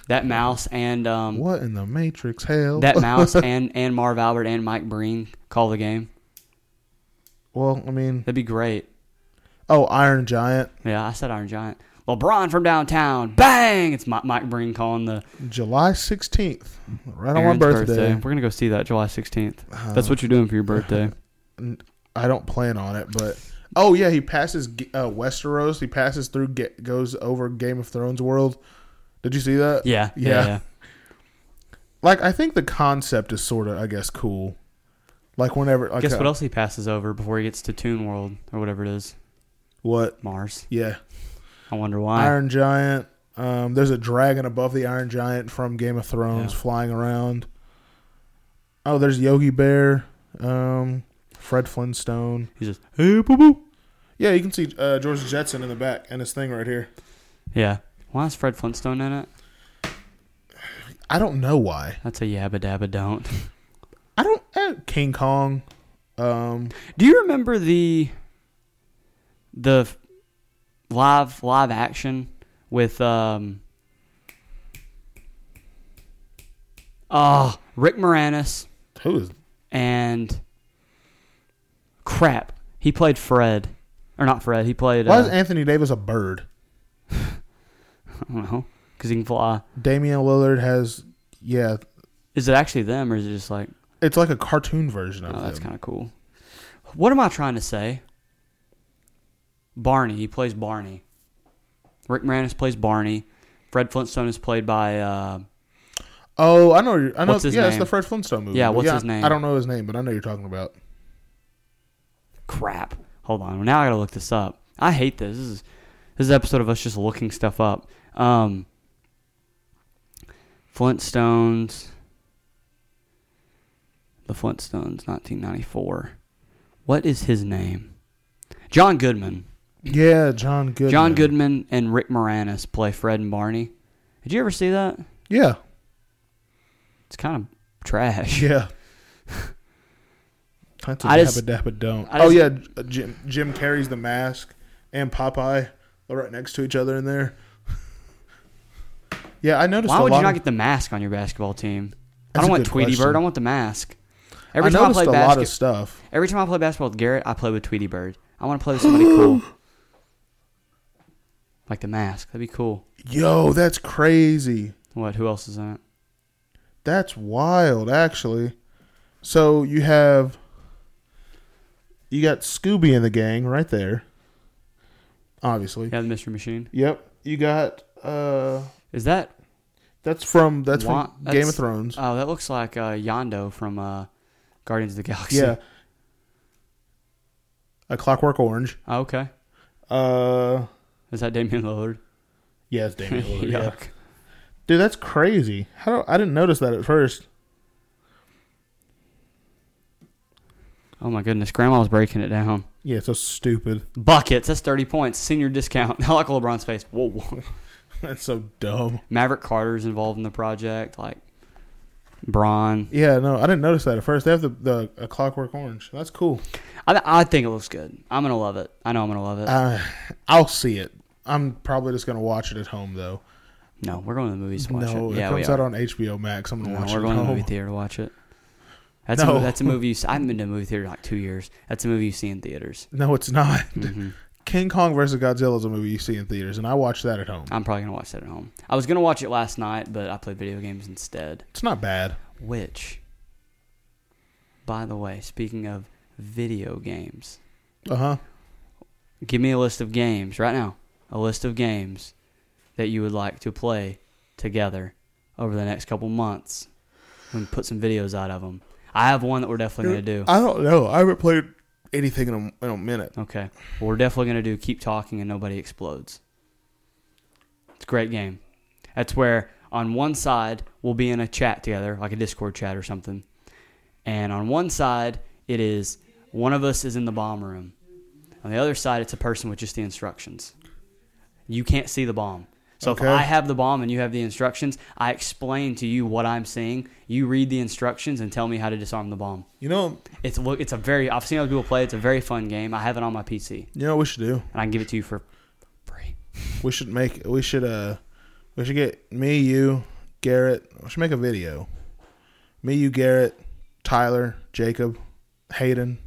that mouse, and um,
What in the Matrix hell? [laughs]
that mouse and and Marv Albert and Mike Breen call the game.
well, I mean,
That'd be great.
oh, Iron Giant,
Yeah, I said Iron Giant. LeBron from downtown. Bang! It's Mi- Mike Breen calling the
July 16th, right on my
Aaron's
birthday. Uh-huh.
We're gonna go see that July 16th. That's what you're doing for your birthday.
I don't plan on it, but oh yeah, he passes uh, Westeros. He passes through, get, goes over Game of Thrones world. Did you see that?
Yeah, yeah.
yeah,
yeah.
Like I think the concept is sort of, I guess, cool. Like whenever, like,
Guess
uh,
what else he passes over before he gets to Toon World or whatever it is?
What?
Mars.
Yeah,
I wonder why.
Iron Giant. Um, there's a dragon above the Iron Giant from Game of Thrones
Yeah.
flying around. Oh, there's Yogi Bear, um, Fred Flintstone.
He says, "Hey, boo boo."
Yeah, you can see uh, George Jetson in the back and his thing right here.
Yeah. Why is Fred Flintstone in it?
I don't know why.
That's a yabba dabba don't. [laughs]
I don't. Uh, King Kong. Um,
Do you remember the the f- live live action with um oh Rick Moranis
who is
and crap he played Fred or not Fred he played
Why
uh,
is Anthony Davis a bird?
I don't know because he can fly
Damian Lillard has yeah,
is it actually them or is it just like
it's like a cartoon version of
oh that's
them.
kind of cool what am I trying to say Barney he plays Barney Rick Moranis plays Barney Fred Flintstone is played by uh,
oh, I know. you- I know.
What's his
yeah, it's
name?
the Fred Flintstone movie.
Yeah,
but
what's his name?
I don't know his name, but I know you're talking about.
crap. Hold on. Now I gotta look this up. I hate this. This is this is an episode of us just looking stuff up. Um, Flintstones. The Flintstones, 1994. What is his name? John Goodman.
Yeah, John Goodman.
John Goodman and Rick Moranis play Fred and Barney. Did you ever see that?
Yeah,
It's kind of trash. [laughs]
yeah. That's a
I
dabba
just-
dabba don't.
I
oh
just-
yeah, J- Jim Jim carries the mask and Popeye are right next to each other in there. [laughs] yeah, I noticed.
Why
a
would
lot
you not
of-
get the mask on your basketball team? I
That's
don't
a
want
good
Tweety Bird.
question.
I want the mask.
I
Every time I
noticed
play
a
basketball,
lot of stuff.
Every time I play basketball with Garrett, I play with Tweety Bird. I want to play with somebody cool. Like the mask. That'd be cool.
Yo, that's crazy.
What? Who else is in it?
That's wild, actually. So you have you got Scooby and the gang right there. Obviously.
Yeah, the Mystery Machine.
Yep. You got uh
Is that?
that's from that's
Wa-
from
that's-
Game of Thrones.
Oh, that looks like uh, Yondo from uh, Guardians of the Galaxy.
yeah. A Clockwork Orange.
Oh, okay.
Uh
Is that Damian Lillard?
yeah, it's
[laughs]
Damian Lillard. yeah.
Yuck.
Dude, that's crazy. How do, I didn't notice that at first.
Oh my goodness, Grandma's breaking it down.
Yeah, it's so stupid. [laughs]
Buckets. That's thirty points. Senior discount. [laughs] I like LeBron's face. Whoa.
That's so dumb.
Maverick Carter's involved in the project. Like Braun.
Yeah, no, I didn't notice that at first. They have the, the a Clockwork Orange. That's cool.
I, I think it looks good. I'm gonna love it. I know I'm gonna love it.
Uh, I'll see it. I'm probably just gonna watch it at home though.
No, we're going to the movies to watch
no,
it.
it
Yeah, we
comes out
are.
on HBO Max. I'm gonna
No,
watch
we're
it at
going to the movie
home.
theater to watch it. That's a,
No.
that's
[laughs]
a movie. You, s- I haven't been to a movie theater in like two years. That's a movie you see in theaters.
No, it's not.
Mhm.
King Kong versus Godzilla is a movie you see in theaters, and I watch that at home.
I'm probably gonna watch that at home. I was gonna watch it last night, but I played video games instead.
It's not bad.
Which, by the way, speaking of video games,
Uh
Uh-huh.
huh.
give me a list of games right now. A list of games that you would like to play together over the next couple months, and put some videos out of them. I have one that we're definitely gonna do.
I don't know. I haven't played anything in a, in a minute.
Okay. Well, we're definitely going to do keep talking and nobody explodes. It's a great game. That's where on one side we'll be in a chat together, like a Discord chat or something. And on one side it is one of us is in the bomb room. On the other side it's a person with just the instructions. You can't see the bomb. So
Okay.
if I have the bomb and you have the instructions, I explain to you what I'm seeing. You read the instructions and tell me how to disarm the bomb.
You know.
It's look. It's a very. I've seen other people play. It's a very fun game. I have it on my PC,
You know what we should do?
and I can give it to you for free.
We should make. We should. Uh, we should get me, you, Garrett. We should make a video. Me, you, Garrett, Tyler, Jacob, Hayden,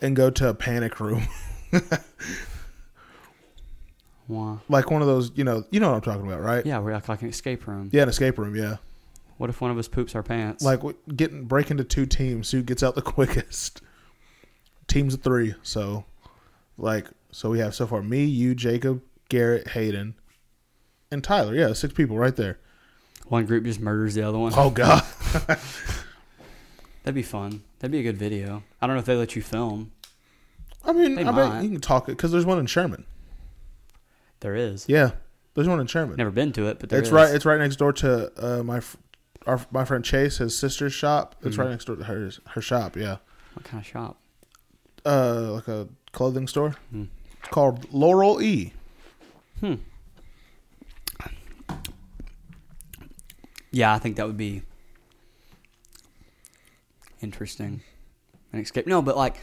and go to a panic room. [laughs]
Wah.
like one of those, you know, you know what I'm talking about, right?
Yeah, we're like, like an escape room.
Yeah, an escape room. Yeah,
What if one of us poops our pants?
like we- getting break into two teams. Who gets out the [laughs] quickest? Teams of three. So, like, so we have so far me, you, Jacob, Garrett, Hayden, and Tyler. Yeah, six people right there.
one group just murders the other one.
Oh [laughs] God,
That'd be fun. That'd be a good video. I don't know if they let you film.
I mean,
They
I
might.
bet you can talk it because there's one in Sherman.
There is.
Yeah, there's one in Sherman.
Never been to it, but there
it's
is.
right. It's right next door to uh, my. fr- Our, my friend Chase, his sister's shop. It's
Mm-hmm.
right next door to hers, her shop. Yeah,
what kind of shop?
uh, like a clothing store
Hmm.
called Laurel E.
Yeah, I think that would be interesting. An escape. No, but like,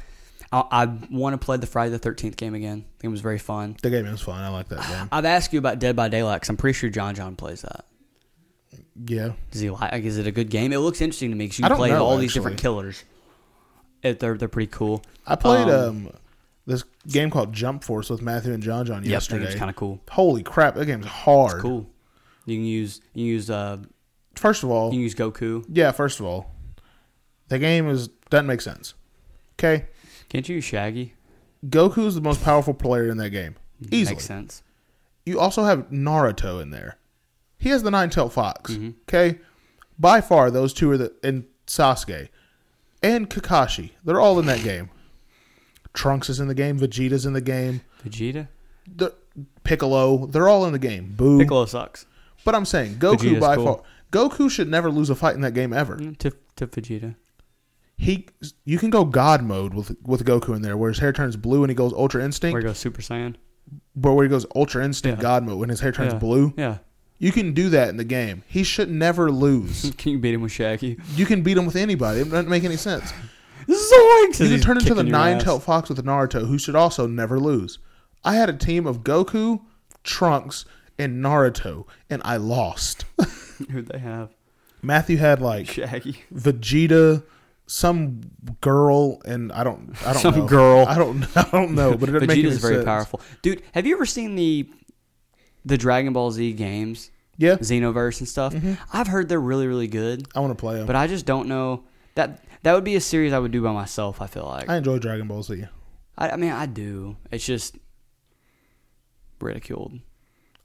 I, I want to play the Friday the Thirteenth game again. I think it was very fun.
The game is fun. I like that
[sighs]
game.
I've asked you about Dead by Daylight because I'm pretty sure John John plays that.
Yeah.
Does he like? like, Is it a good game? It looks interesting to me because
I
you
don't
play
know,
all these different
actually.
killers. It, they're they're pretty cool.
I played um,
Um,
this game called Jump Force with Matthew and John John
Yeah, I think
yesterday.
it's kind of cool.
Holy crap, that game's hard.
Cool. You can use you can use uh
First of all,
you can use Goku.
yeah, first of all, the game is doesn't make sense. Okay,
Can't you use Shaggy?
Goku's the most powerful player in that game. Easily.
Makes sense.
You also have Naruto in there. He has the nine-tailed fox.
Mm-hmm.
Okay, by far those two are the and Sasuke and Kakashi. They're all in
[sighs]
that game. Trunks is in the game. Vegeta's in the game.
Vegeta.
The Piccolo. They're all in the game. Boo.
Piccolo sucks.
But I'm saying Goku
Vegeta's
by
cool.
far. Goku should never lose a fight in that game ever.
Mm, To to Vegeta.
He, you can go God mode with with Goku in there, where his hair turns blue and he goes Ultra Instinct. Where
Where he goes Super Saiyan.
where he goes Ultra Instinct
Yeah.
God mode when his hair turns
yeah.
blue.
Yeah. [laughs]
You can do that in the game. He should never
[laughs]
lose.
Can you beat him
[laughs]
with Shaggy?
you can beat him with anybody. It doesn't make any sense.
Zoinks!
You can turn into the nine tailed fox with Naruto, who should also never lose. I had a team of Goku, Trunks, and Naruto, and I lost.
[laughs]
[laughs]
Who'd they have?
Matthew had like [laughs]
Shaggy.
Vegeta, some girl, and I don't, I don't
Some
know.
girl.
I don't, [laughs] I don't know, Oh, but it doesn't make any
Vegeta's very
sense.
powerful. Dude, have you ever seen the the Dragon Ball Z games?
Yeah,
Xenoverse and stuff?
Mm-hmm.
I've heard they're really, really good,
I want to play them.
but I just don't know. That that would be a series I would do by myself, I feel like.
I enjoy Dragon Ball Z.
I, I mean, I do. It's just ridiculed.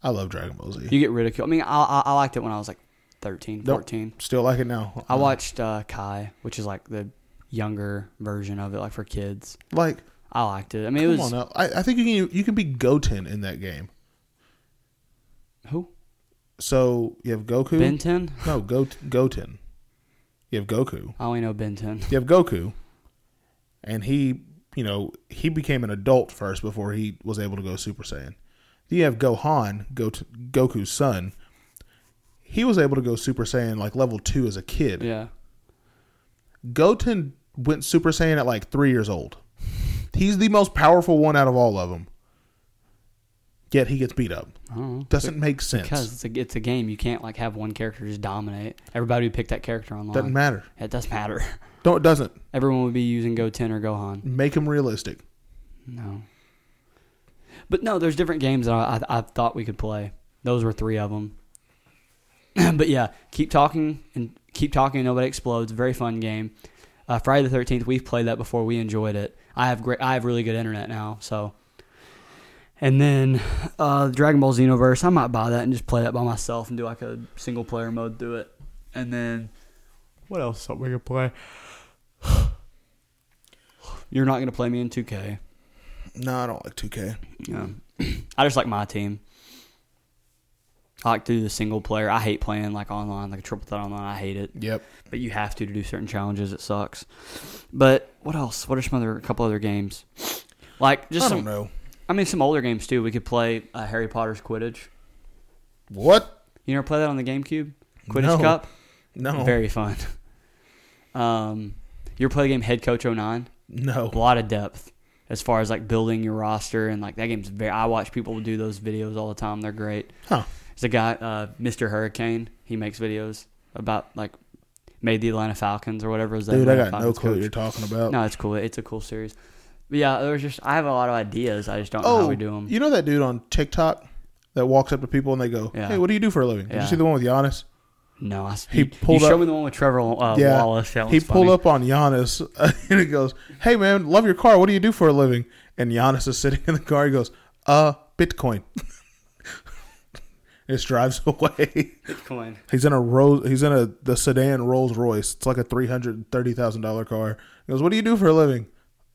I love Dragon Ball Z.
You get ridiculed. I mean, I, I, I liked it when I was like 13,
Nope. Uh-huh.
14.
Still like it now.
I watched uh, Kai, which is like the younger version of it, like for kids.
Like,
I liked it. I mean, it
come
was
on now. I, I think you can you can be Goten in that game.
who
So you have Goku.
Ben Ten.
No, Go Goten. You have Goku.
I only know Ben Ten.
You have Goku, and he, you know, he became an adult first before he was able to go Super Saiyan. Then you have Gohan, Go Goku's son. He was able to go Super Saiyan like level two as a kid.
[laughs] Yeah,
Goten went Super Saiyan at like three years old. He's the most powerful one out of all of them. Yet he gets beat up.
I don't know.
Doesn't make sense.
Because it's a it's a game. You can't like have one character just dominate. Everybody who picked that character online.
Doesn't matter.
It does matter. [laughs]
No, it doesn't.
Everyone would be using Go Ten or Gohan.
Make him realistic.
No. But no, there's different games that I, I, I thought we could play. Those were three of them. [clears throat] but yeah, keep talking and keep talking. Nobody explodes. Very fun game. Uh, Friday the Thirteenth. We've played that before. We enjoyed it. I have great. I have really good internet now. So. And then uh, Dragon Ball Xenoverse. I might buy that and just play that by myself and do like a single player mode through it. And then what else? Something we could play. [sighs] You're not gonna play me in 2K.
No, I don't like 2K.
Yeah. [clears throat] I just like my team. I like to do the single player. I hate playing like online, like a triple threat online. I hate it.
Yep.
But you have to to do certain challenges. It sucks. But what else? What are some other a couple other games? Like just
I
some.
don't know.
I mean, some older games too. We could play uh, Harry Potter's Quidditch.
What?
You never play that on the GameCube? Quidditch
No.
Cup.
No.
Very fun. [laughs] Um, you ever play the game Head Coach 09?
No.
a lot of depth as far as like building your roster and like that game's very I watch people do those videos all the time. They're great.
Huh.
There's a guy, uh, Mr. Hurricane, he makes videos about like made the Atlanta Falcons or whatever it was that
Dude, I
Atlanta
got no
Falcons
clue what
coach.
you're talking about.
No, it's cool. It's a cool series. But yeah, there's just I have a lot of ideas. I just don't know how
oh,
we do them.
you know that dude on TikTok that walks up to people and they go,
Yeah.
"Hey, what do you do for a living?" Did
Yeah.
you see the one with Giannis?
no, I,
He
he
pulled
pulled. You showed
up-
me the one with Trevor uh,
yeah,
Wallace. That
he
one's
pulled
funny. [laughs]
up on Giannis [laughs] and he goes, "Hey man, love your car. What do you do for a living?" And Giannis is [laughs] sitting in the car. He goes, "Uh, Bitcoin." [laughs] Just drives [laughs] away.
Bitcoin.
He's in a Rose. He's in a the sedan Rolls Royce. It's like a three hundred thirty thousand dollar car. He goes, "What do you do for a living?"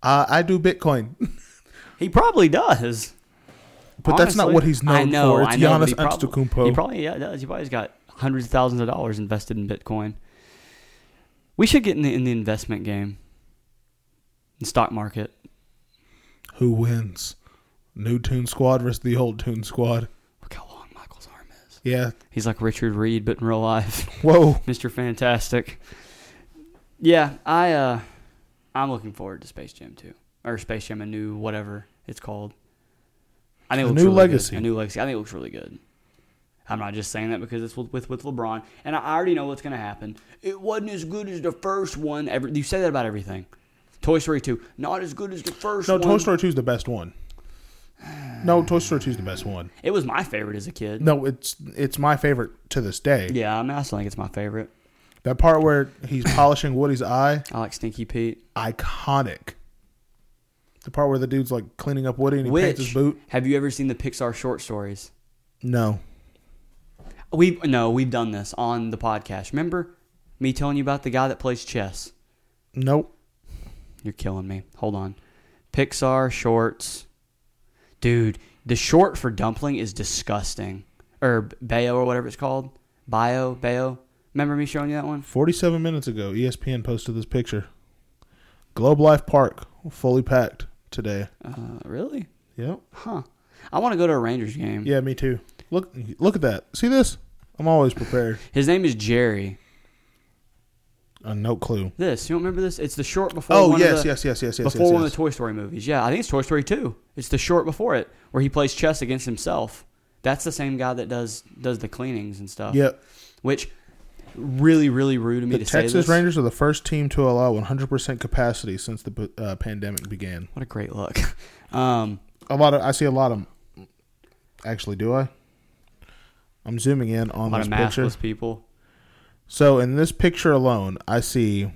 Uh, I do Bitcoin. [laughs]
He probably does.
But that's not
Honestly,
what he's known
I know,
for. It's
I know, but
Giannis
he prob-
Antetokounmpo.
He probably yeah, does. He probably's got hundreds of thousands of dollars invested in Bitcoin. We should get in the in the investment game, the stock market.
Who wins? New Tune Squad versus the old Tune Squad.
Look how long Michael's arm is.
Yeah.
He's like Richard Reed, but in real life. [laughs]
Whoa.
Mr. Fantastic. Yeah, I uh I'm looking forward to Space Jam 2 or Space Jam a new whatever it's called. I think it
A
looks
new
really good.
legacy.
A new legacy. I think it looks really good. I'm not just saying that because it's with with, with LeBron, and I already know what's going to happen. It wasn't as good as the first one. Every, you say that about everything. Toy Story 2, not as good as the first
No,
one.
Toy Story 2 is the best one. No, Toy Story 2 is the best one.
It was my favorite as a kid.
No, it's it's my favorite to this day.
Yeah, I mean, I still think it's my favorite.
That part where he's polishing Woody's eye,
I like Stinky Pete.
iconic. The part where the dude's like cleaning up Woody and he paints his
Which
boot.
have you ever seen the Pixar short stories?
No.
We no, we've done this on the podcast. Remember me telling you about the guy that plays chess?
Nope.
You're killing me. Hold on. Pixar shorts. Dude, the short for dumpling is disgusting. Or Bayo or whatever it's called. Bio, Bayo. Remember me showing you that one?
47 minutes ago, E ESPN posted this picture. Globe Life Park, fully packed today.
Uh, really?
Yep.
Huh. I want to go to a Rangers game.
Yeah, me too. Look look at that. See this? I'm always prepared.
His name is Jerry.
Uh, no clue.
This, you don't remember this? It's the short before
Oh,
one of
yes,
the-
yes, yes, yes, yes,
before
yes,
one of
yes.
the Toy Story movies. Yeah, I think it's Toy Story two. It's the short before it where he plays chess against himself. That's the same guy that does does the cleanings and stuff.
Yep.
Which really really rude of me
The
to say
Texas
this.
Rangers are the first team to allow 100% capacity since the uh, pandemic began.
What a great look. [laughs] Um,
A lot of I see a lot of actually do I? I'm zooming in
a
on
lot
this
of
picture.
maskless people.
So in this picture alone, I see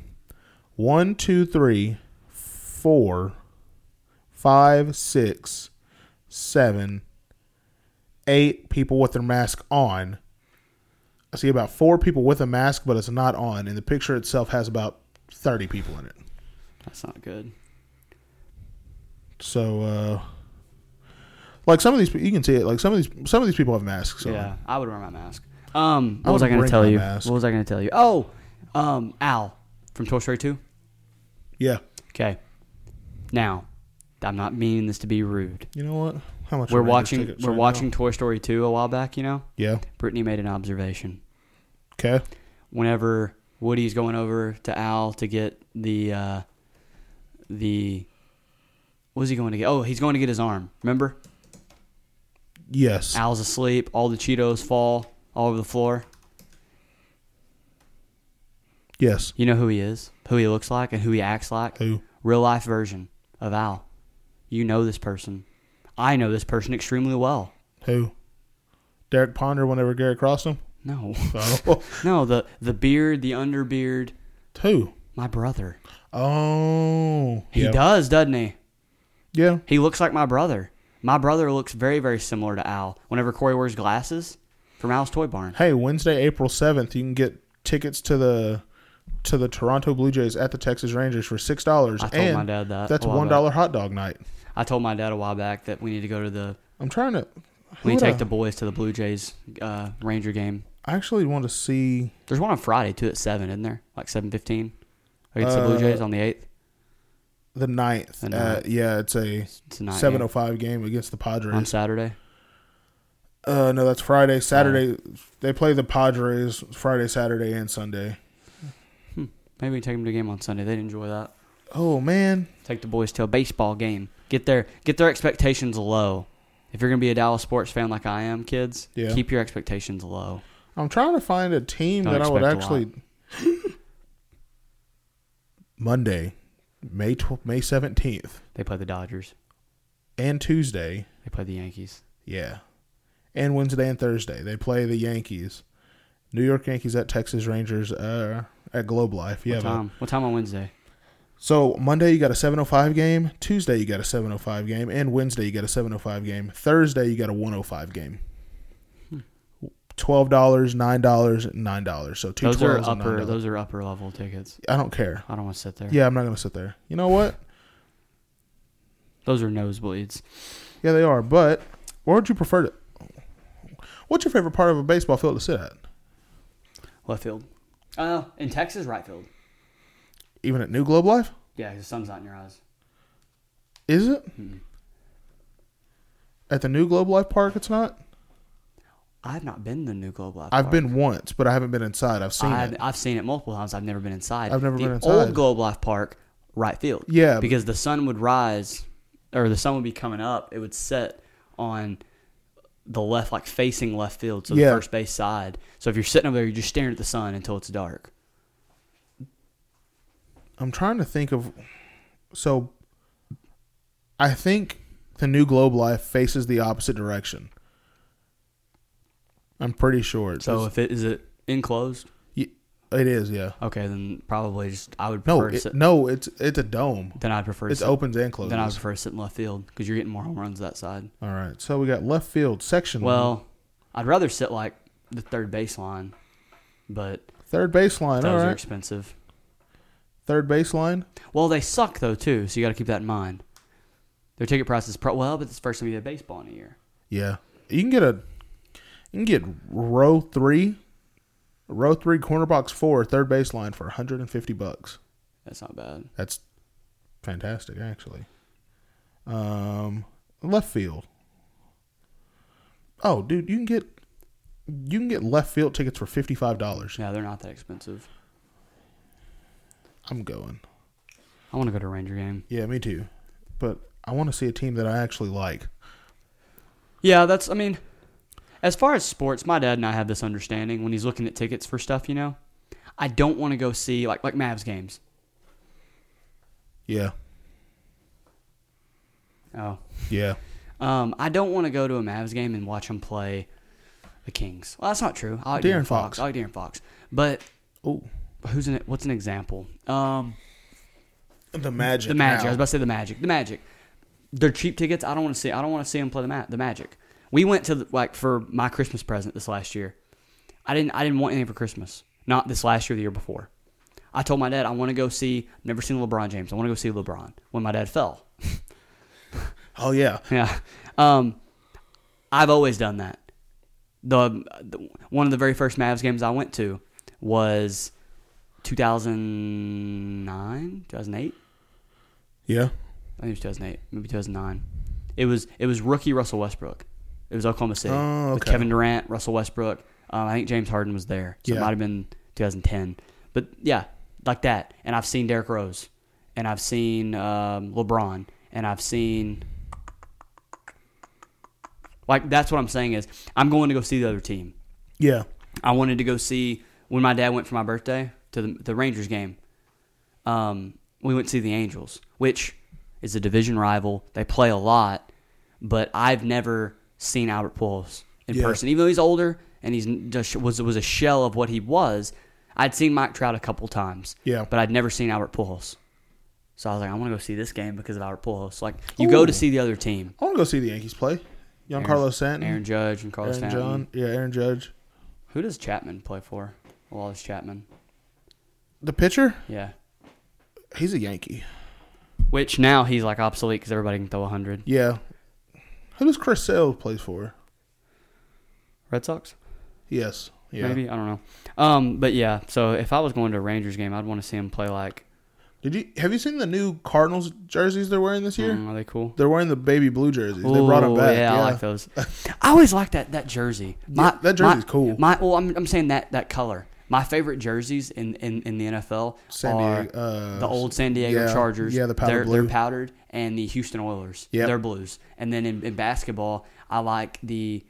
one, two, three, four, five, six, seven, eight people with their mask on. I see about four people with a mask, but it's not on, and the picture itself has about thirty people in it.
That's not good.
So, uh, like some of these, you can see it. Like some of these, some of these people have masks. On.
Yeah, I would wear my mask. Um,
I
what was
would
I going to
bring
tell
my
you?
mask.
What was I going to tell you? Oh, um, Al from Toy Story two.
yeah.
Okay. Now, I'm not meaning this to be rude.
You know what? How much
We're
are Rangers
watching.
tickets
We're
right now?
watching Toy Story two a while back. You know.
Yeah.
Brittany made an observation.
Okay.
Whenever Woody's going over to Al to get the uh, the what was he going to get? Oh, he's going to get his arm. Remember?
Yes.
Al's asleep. All the Cheetos fall all over the floor.
Yes.
You know who he is, who he looks like, and who he acts like.
Who?
Real life version of Al. You know this person. I know this person extremely well.
Who? Derek Ponder whenever Gary crossed him?
No,
Oh.
[laughs] no, the the beard, the underbeard.
Who?
My brother.
Oh.
He
yeah.
does, doesn't he?
Yeah.
He looks like my brother. My brother looks very, very similar to Al. Whenever Corey wears glasses from Al's Toy Barn,
Hey, Wednesday, April 7th, you can get tickets to the to the Toronto Blue Jays at the Texas Rangers for $6.
I told
and
my dad that
That's
a while
$1 hot dog night.
I told my dad a while back that we need to go to the
I'm trying to
we need
would
to
I-
take the boys to the Blue Jays uh, Ranger game.
I actually want to see
There's one on Friday too at seven, isn't there? Like seven fifteen against the Blue
Uh,
Jays on the eighth.
the 9th.
The
Uh,
ninth.
yeah, it's a
It's a night
seven oh
game
five game against the
on
Padres.
Saturday.
Uh, no, that's Friday, Saturday.
Oh.
They play the Padres Friday, Saturday, and Sunday.
Maybe we can take them to a game on Sunday. They'd enjoy that.
Oh man,
Take the boys to a baseball game. Get their get their expectations low. If you're gonna be a Dallas sports fan like I am, kids,
Yeah.
keep your expectations low.
I'm trying to find a team
Don't
that I would
expect a lot.
actually. Monday, May tw- May seventeenth,
They play the Dodgers.
and Tuesday,
They play the Yankees.
yeah, and Wednesday and Thursday they play the Yankees, New York Yankees at Texas Rangers uh, at Globe Life. Yeah,
what time? What time on Wednesday?
so Monday you got a seven oh five game, Tuesday you got a seven oh five game, and Wednesday you got a seven oh five game. Thursday you got a one oh five game.
Hmm.
Twelve dollars, nine dollars, nine dollars. So two
Those are
twelves and nine
upper.
dollars.
Those are upper level tickets.
I don't care.
I don't want to sit there.
Yeah, I'm not gonna sit there. You know what?
Those are nosebleeds.
Yeah, they are. But where would you prefer to? What's your favorite part of a baseball field to sit at?
Left field. Uh, in Texas, right field.
Even at New Globe Life?
Yeah, 'cause the sun's not in your eyes.
Is
Hmm.
it? At the New Globe Life Park, it's not.
I I've not been to the new Globe Life.
I've
Park.
been once, but I haven't been inside. I've seen
I've,
it.
I've seen it multiple times. I've never been inside.
I've never
the
been inside.
Old Globe Life Park, right field.
Yeah.
because the sun would rise, or the sun would be coming up. It would set on the left, like facing left field, so
Yeah.
the first base side. So if you're sitting over there, you're just staring at the sun until it's dark.
I'm trying to think of. So, I think the new Globe Life faces the opposite direction. I'm pretty sure. It's,
So if it is it enclosed,
y- it is, yeah.
okay, then probably just I would
No,
prefer to
it,
sit.
no, it's it's a dome.
Then I'd prefer to
It's
sit,
opens and closes.
Then I would prefer to sit in left field because you're getting more home runs that side.
All right, so we got left field section.
Well, I'd rather sit like the third baseline, but
third baseline. All
those are
right,
expensive.
third baseline.
Well, they suck though too, so you got to keep that in mind. Their ticket price is pro- well, but it's the first time you did baseball in a year.
Yeah, you can get a you can get row three, row three corner box four third baseline for 150 bucks.
That's not bad.
That's fantastic, actually. Um, left field. Oh, dude, you can get you can get left field tickets for fifty five dollars.
Yeah, they're not that expensive.
I'm going.
I want to go to a Ranger game.
Yeah, me too. But I want to see a team that I actually like.
Yeah, that's. I mean, as far as sports, my dad and I have this understanding when he's looking at tickets for stuff. You know, I don't want to go see like like Mavs games.
Yeah,
Oh,
yeah.
um, I don't want to go to a Mavs game and watch them play the Kings. Well, that's not true. I like
De'Aaron
De'Aaron Fox.
Fox.
I like De'Aaron Fox, but
Oh,
who's an what's an example? Um.
the Magic.
The Magic. I was
Ow.
about to say the Magic. The Magic. They're cheap tickets. I don't want to see. I don't want to see them play the ma- the Magic. We went to the, like for my Christmas present this last year. I didn't. I didn't want anything for Christmas. Not this last year. The year before. I told my dad I want to go see. Never seen LeBron James. I want to go see LeBron when my dad fell.
Oh yeah.
Yeah. Um, I've always done that. The, the one of the very first Mavs games I went to was 2009, 2008.
Yeah.
I think it was 2008, maybe 2009. It was it was rookie Russell Westbrook. It was Oklahoma City
Oh,
with
okay.
Kevin Durant, Russell Westbrook. Um, I think James Harden was there, so
Yeah.
it might have been 2010. But yeah, like that. And I've seen Derrick Rose, and I've seen um, LeBron, and I've seen like that's what I'm saying is I'm going to go see the other team.
Yeah.
I wanted to go see when my dad went for my birthday to the, the Rangers game. Um, we went to see the Angels, which is a division rival. They play a lot, but I've never seen Albert Pujols in
Yeah.
person. Even though he's older and he's just was was a shell of what he was, I'd seen Mike Trout a couple times.
Yeah.
but I'd never seen Albert Pujols. So I was like, I want to go see this game because of Albert Pujols. Like you go to
Ooh.
see the other team,
I want to go see the Yankees play. Young
Aaron-
Carlos Stanton,
Aaron Judge and Carlos
Aaron
Stanton.
John, yeah, Aaron Judge,
Who does Chapman play for? Wallace Chapman.
the pitcher.
Yeah.
He's a Yankee.
Which now he's like obsolete because everybody can throw 100.
Yeah. Who does Chris Sale play for?
Red Sox?
Yes. Yeah.
Maybe. I don't know. Um, but yeah, so if I was going to a Rangers game, I'd want to see him play like.
Did you have you seen the new Cardinals jerseys they're wearing this year?
Mm, are they cool?
They're wearing the baby blue jerseys. they brought them
Ooh,
back.
Yeah, I
[laughs]
like those. I always like that, that jersey. My,
that jersey's
my-
cool.
My, well, I'm, I'm saying that, that color. My favorite jerseys in, in, in the NFL
San
are
Diego- uh,
the old San Diego
yeah,
Chargers.
yeah, the powder
they're,
blue.
They're powdered, and the Houston Oilers.
Yep.
They're blues. And then in, in basketball, I like the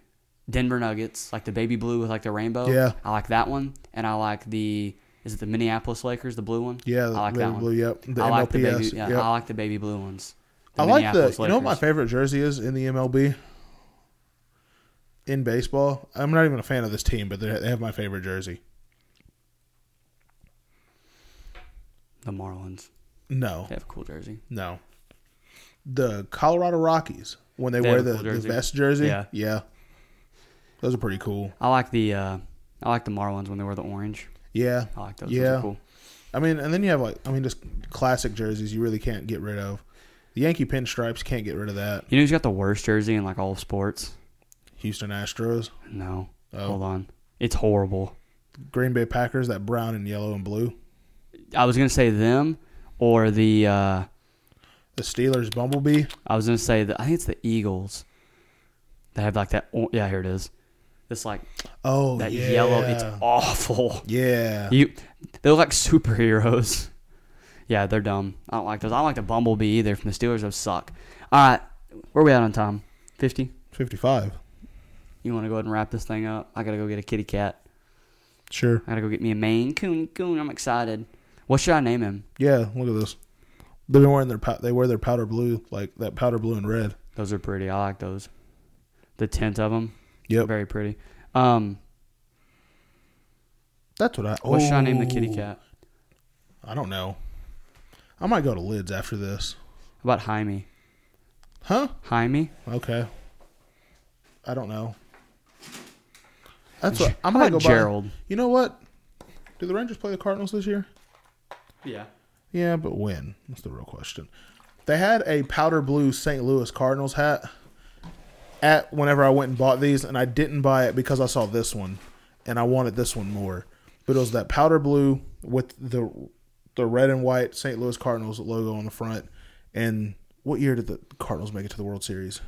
Denver Nuggets, like the baby blue with like the rainbow.
Yeah.
I like that one, and I like the is it the Minneapolis Lakers, the blue one?
Yeah,
I
the
like
baby
that one.
blue, yep. The
I like the baby.
MLPS,
Yeah,
yep.
I like the baby blue ones.
I like the.
Minneapolis
You know what my
Lakers.
favorite jersey is in the MLB. In baseball, I'm not even a fan of this team, but they they have my favorite jersey.
the Marlins.
No,
They have a cool jersey.
no. The Colorado Rockies when they,
They
wear
have a
the,
cool
the
jersey.
vest jersey.
Yeah.
yeah, those are pretty cool.
I like the uh, I like the Marlins when they wear the orange.
Yeah,
I like those.
Yeah,
Those are cool.
I mean, and then you have like, I mean, just classic jerseys you really can't get rid of. The Yankee pinstripes can't get rid of that.
You know who's got the worst jersey in like all of sports?
Houston Astros,
No.
Oh.
Hold on. It's horrible.
Green Bay Packers, that brown and yellow and blue.
I was gonna say them or the uh,
The Steelers Bumblebee.
I was gonna say the I think it's the Eagles. They have like that. or- Yeah, here it is. This like
Oh,
that
yeah.
yellow. It's awful.
yeah.
You, they look like superheroes. [laughs] Yeah, they're dumb. I don't like those. I don't like the Bumblebee either from the Steelers. Those suck. All right, where we at on time? Fifty.
Fifty-five.
You want to go ahead and wrap this thing up? I gotta go get a kitty cat.
Sure.
I gotta go get me a Maine Coon Coon. I'm excited. What should I name him?
Yeah. Look at this. They've been wearing their pow- they wear their powder blue like that powder blue and red.
Those are pretty. I like those. The tint of them,
Yep.
very pretty. Um,
That's what I.
what should I name the kitty
Oh,
cat?
I don't know. I might go to Lids after this.
How about Jaime?
Huh?
Jaime?
Okay. I don't know. That's what I'm
How
gonna
about
go. buy-
Gerald?
you know what? Do the Rangers play the Cardinals this year?
Yeah.
Yeah, but when? That's the real question. They had a powder blue St. Louis Cardinals hat at whenever I went and bought these, and I didn't buy it because I saw this one, and I wanted this one more. But it was that powder blue with the the red and white St. Louis Cardinals logo on the front. And what year did the Cardinals make it to the World Series?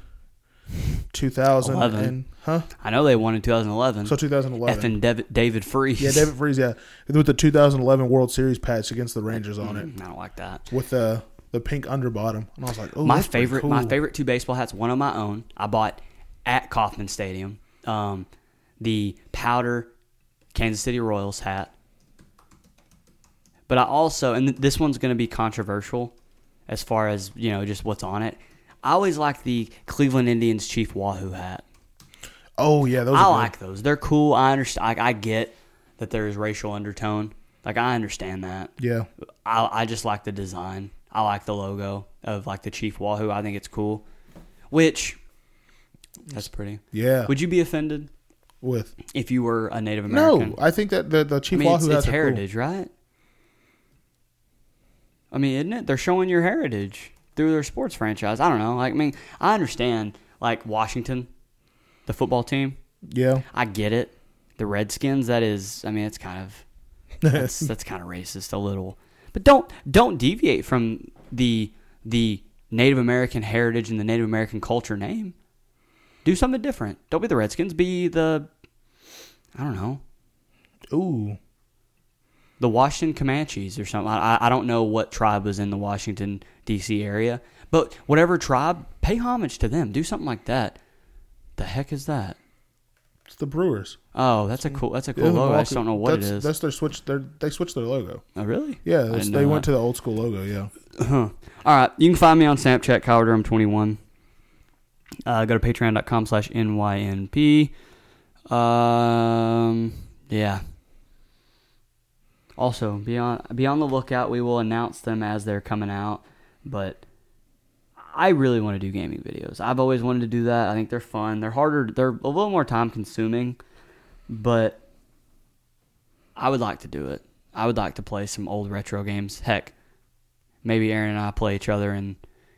Two thousand and
Eleven.
huh?
I know they won in 2011.
So two thousand eleven.
Effing Dev- David Freeze.
Yeah, David Freeze. Yeah, with the 2011 World Series patch against the Rangers on it,
[laughs] I don't like that.
with the the pink underbottom, and I was like, oh,
my
that's pretty
favorite,
cool.
my favorite two baseball hats. One of my own. I bought at Kauffman Stadium. Um, the powder Kansas City Royals hat. But I also, and th- this one's going to be controversial, as far as you know, just what's on it. I always like the Cleveland Indians Chief Wahoo hat.
Oh yeah, those.
I
are good.
like those. They're cool. I understand. I, I get that there is racial undertone. Like I understand that.
Yeah,
I, I just like the design. I like the logo of like the Chief Wahoo. I think it's cool. Which that's pretty.
yeah.
Would you be offended
with
if you were a Native American?
no, I think that the the
I
Chief
mean it's,
Wahoo
it's
has
heritage, right? I mean, isn't it? They're showing your heritage through their sports franchise. I don't know. Like, I mean, I understand. Like Washington, the football team.
Cool. Yeah, [laughs]
I get it. The Redskins, that is, I mean, it's kind of that's, that's kind of racist a little. But don't don't deviate from the the Native American heritage and the Native American culture name. Do something different. Don't be the Redskins. Be the I don't know
ooh,
the Washington Comanches or something. I, I- I don't know what tribe was in the Washington D.C. area, but whatever tribe, pay homage to them. Do something like that. The heck is that?
it's the Brewers.
Oh, that's a cool. That's a cool
Yeah, the
logo. I
Milwaukee-
just don't know what it
that's,
is.
That's their switch. Their, they switched their logo.
Oh, really?
Yeah,
I
that's-
didn't
they
know
went to
that.
the old school logo. Yeah,
Huh. All right. You can find me on Snapchat, Kyle Durham 21. Uh, go to patreon.com slash NYNP. Um, yeah. Also, be on, be on the lookout. We will announce them as they're coming out. But I really want to do gaming videos. I've always wanted to do that. I think they're fun. They're harder. They're a little more time consuming. But I would like to do it. I would like to play some old retro games. Heck, maybe Aaron and I play each other in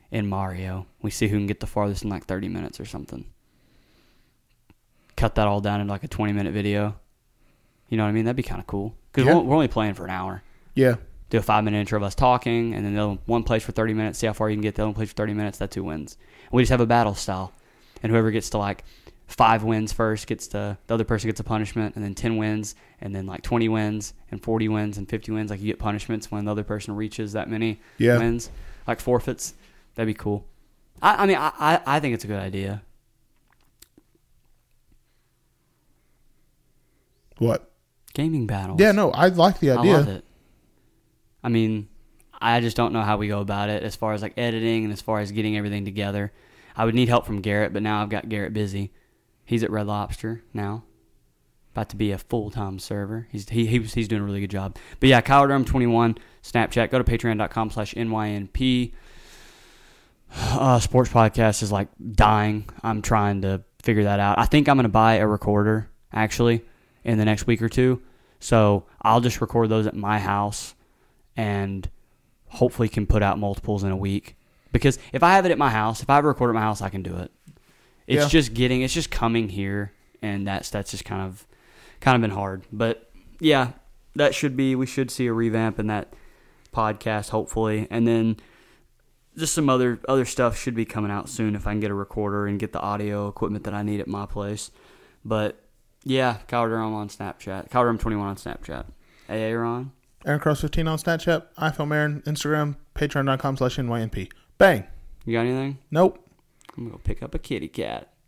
in Mario. We see who can get the farthest in like 30 minutes or something. Cut that all down into like a 20 minute video. You know what I mean? That'd be kind of cool because
Yeah.
we're, we're only playing for an hour.
yeah.
Do a five minute intro of us talking, and then the other one plays for 30 minutes. See how far you can get. The other one plays for 30 minutes. That's who wins. And we just have a battle style, and whoever gets to like five wins first gets to the other person gets a punishment, and then 10 wins, and then like 20 wins, and 40 wins, and 50 wins. Like you get punishments when the other person reaches that many
Yeah.
wins, like forfeits. That'd be cool. I, I mean, I, I, I think it's a good idea.
What?
Gaming battles.
Yeah, no, I like the idea.
I love it. I mean, I just don't know how we go about it as far as like editing and as far as getting everything together. I would need help from Garrett, but now I've got Garrett busy. He's at Red Lobster now, about to be a full time server. He's he, he was- he's doing a really good job. But yeah, Kyle Durham twenty one Snapchat. Go to patreon.com slash nynp. Uh, sports podcast is like dying. I'm trying to figure that out. I think I'm gonna buy a recorder actually in the next week or two. So I'll just record those at my house and hopefully can put out multiples in a week. Because if I have it at my house, if I have a recorder at my house, I can do it. It's
Yeah.
just getting, it's just coming here, and that's that's just kind of, kind of been hard. But yeah, that should be. We should see a revamp in that podcast, hopefully, and then just some other other stuff should be coming out soon if I can get a recorder and get the audio equipment that I need at my place. But Yeah, Kyle Durham on Snapchat. Kyle Durham twenty one on Snapchat. Aaron.
Aaron Cross 15 on Snapchat, iPhone Aaron, Instagram, patreon.com slash NYNP. Bang.
You got anything?
Nope.
I'm gonna go pick up a kitty cat.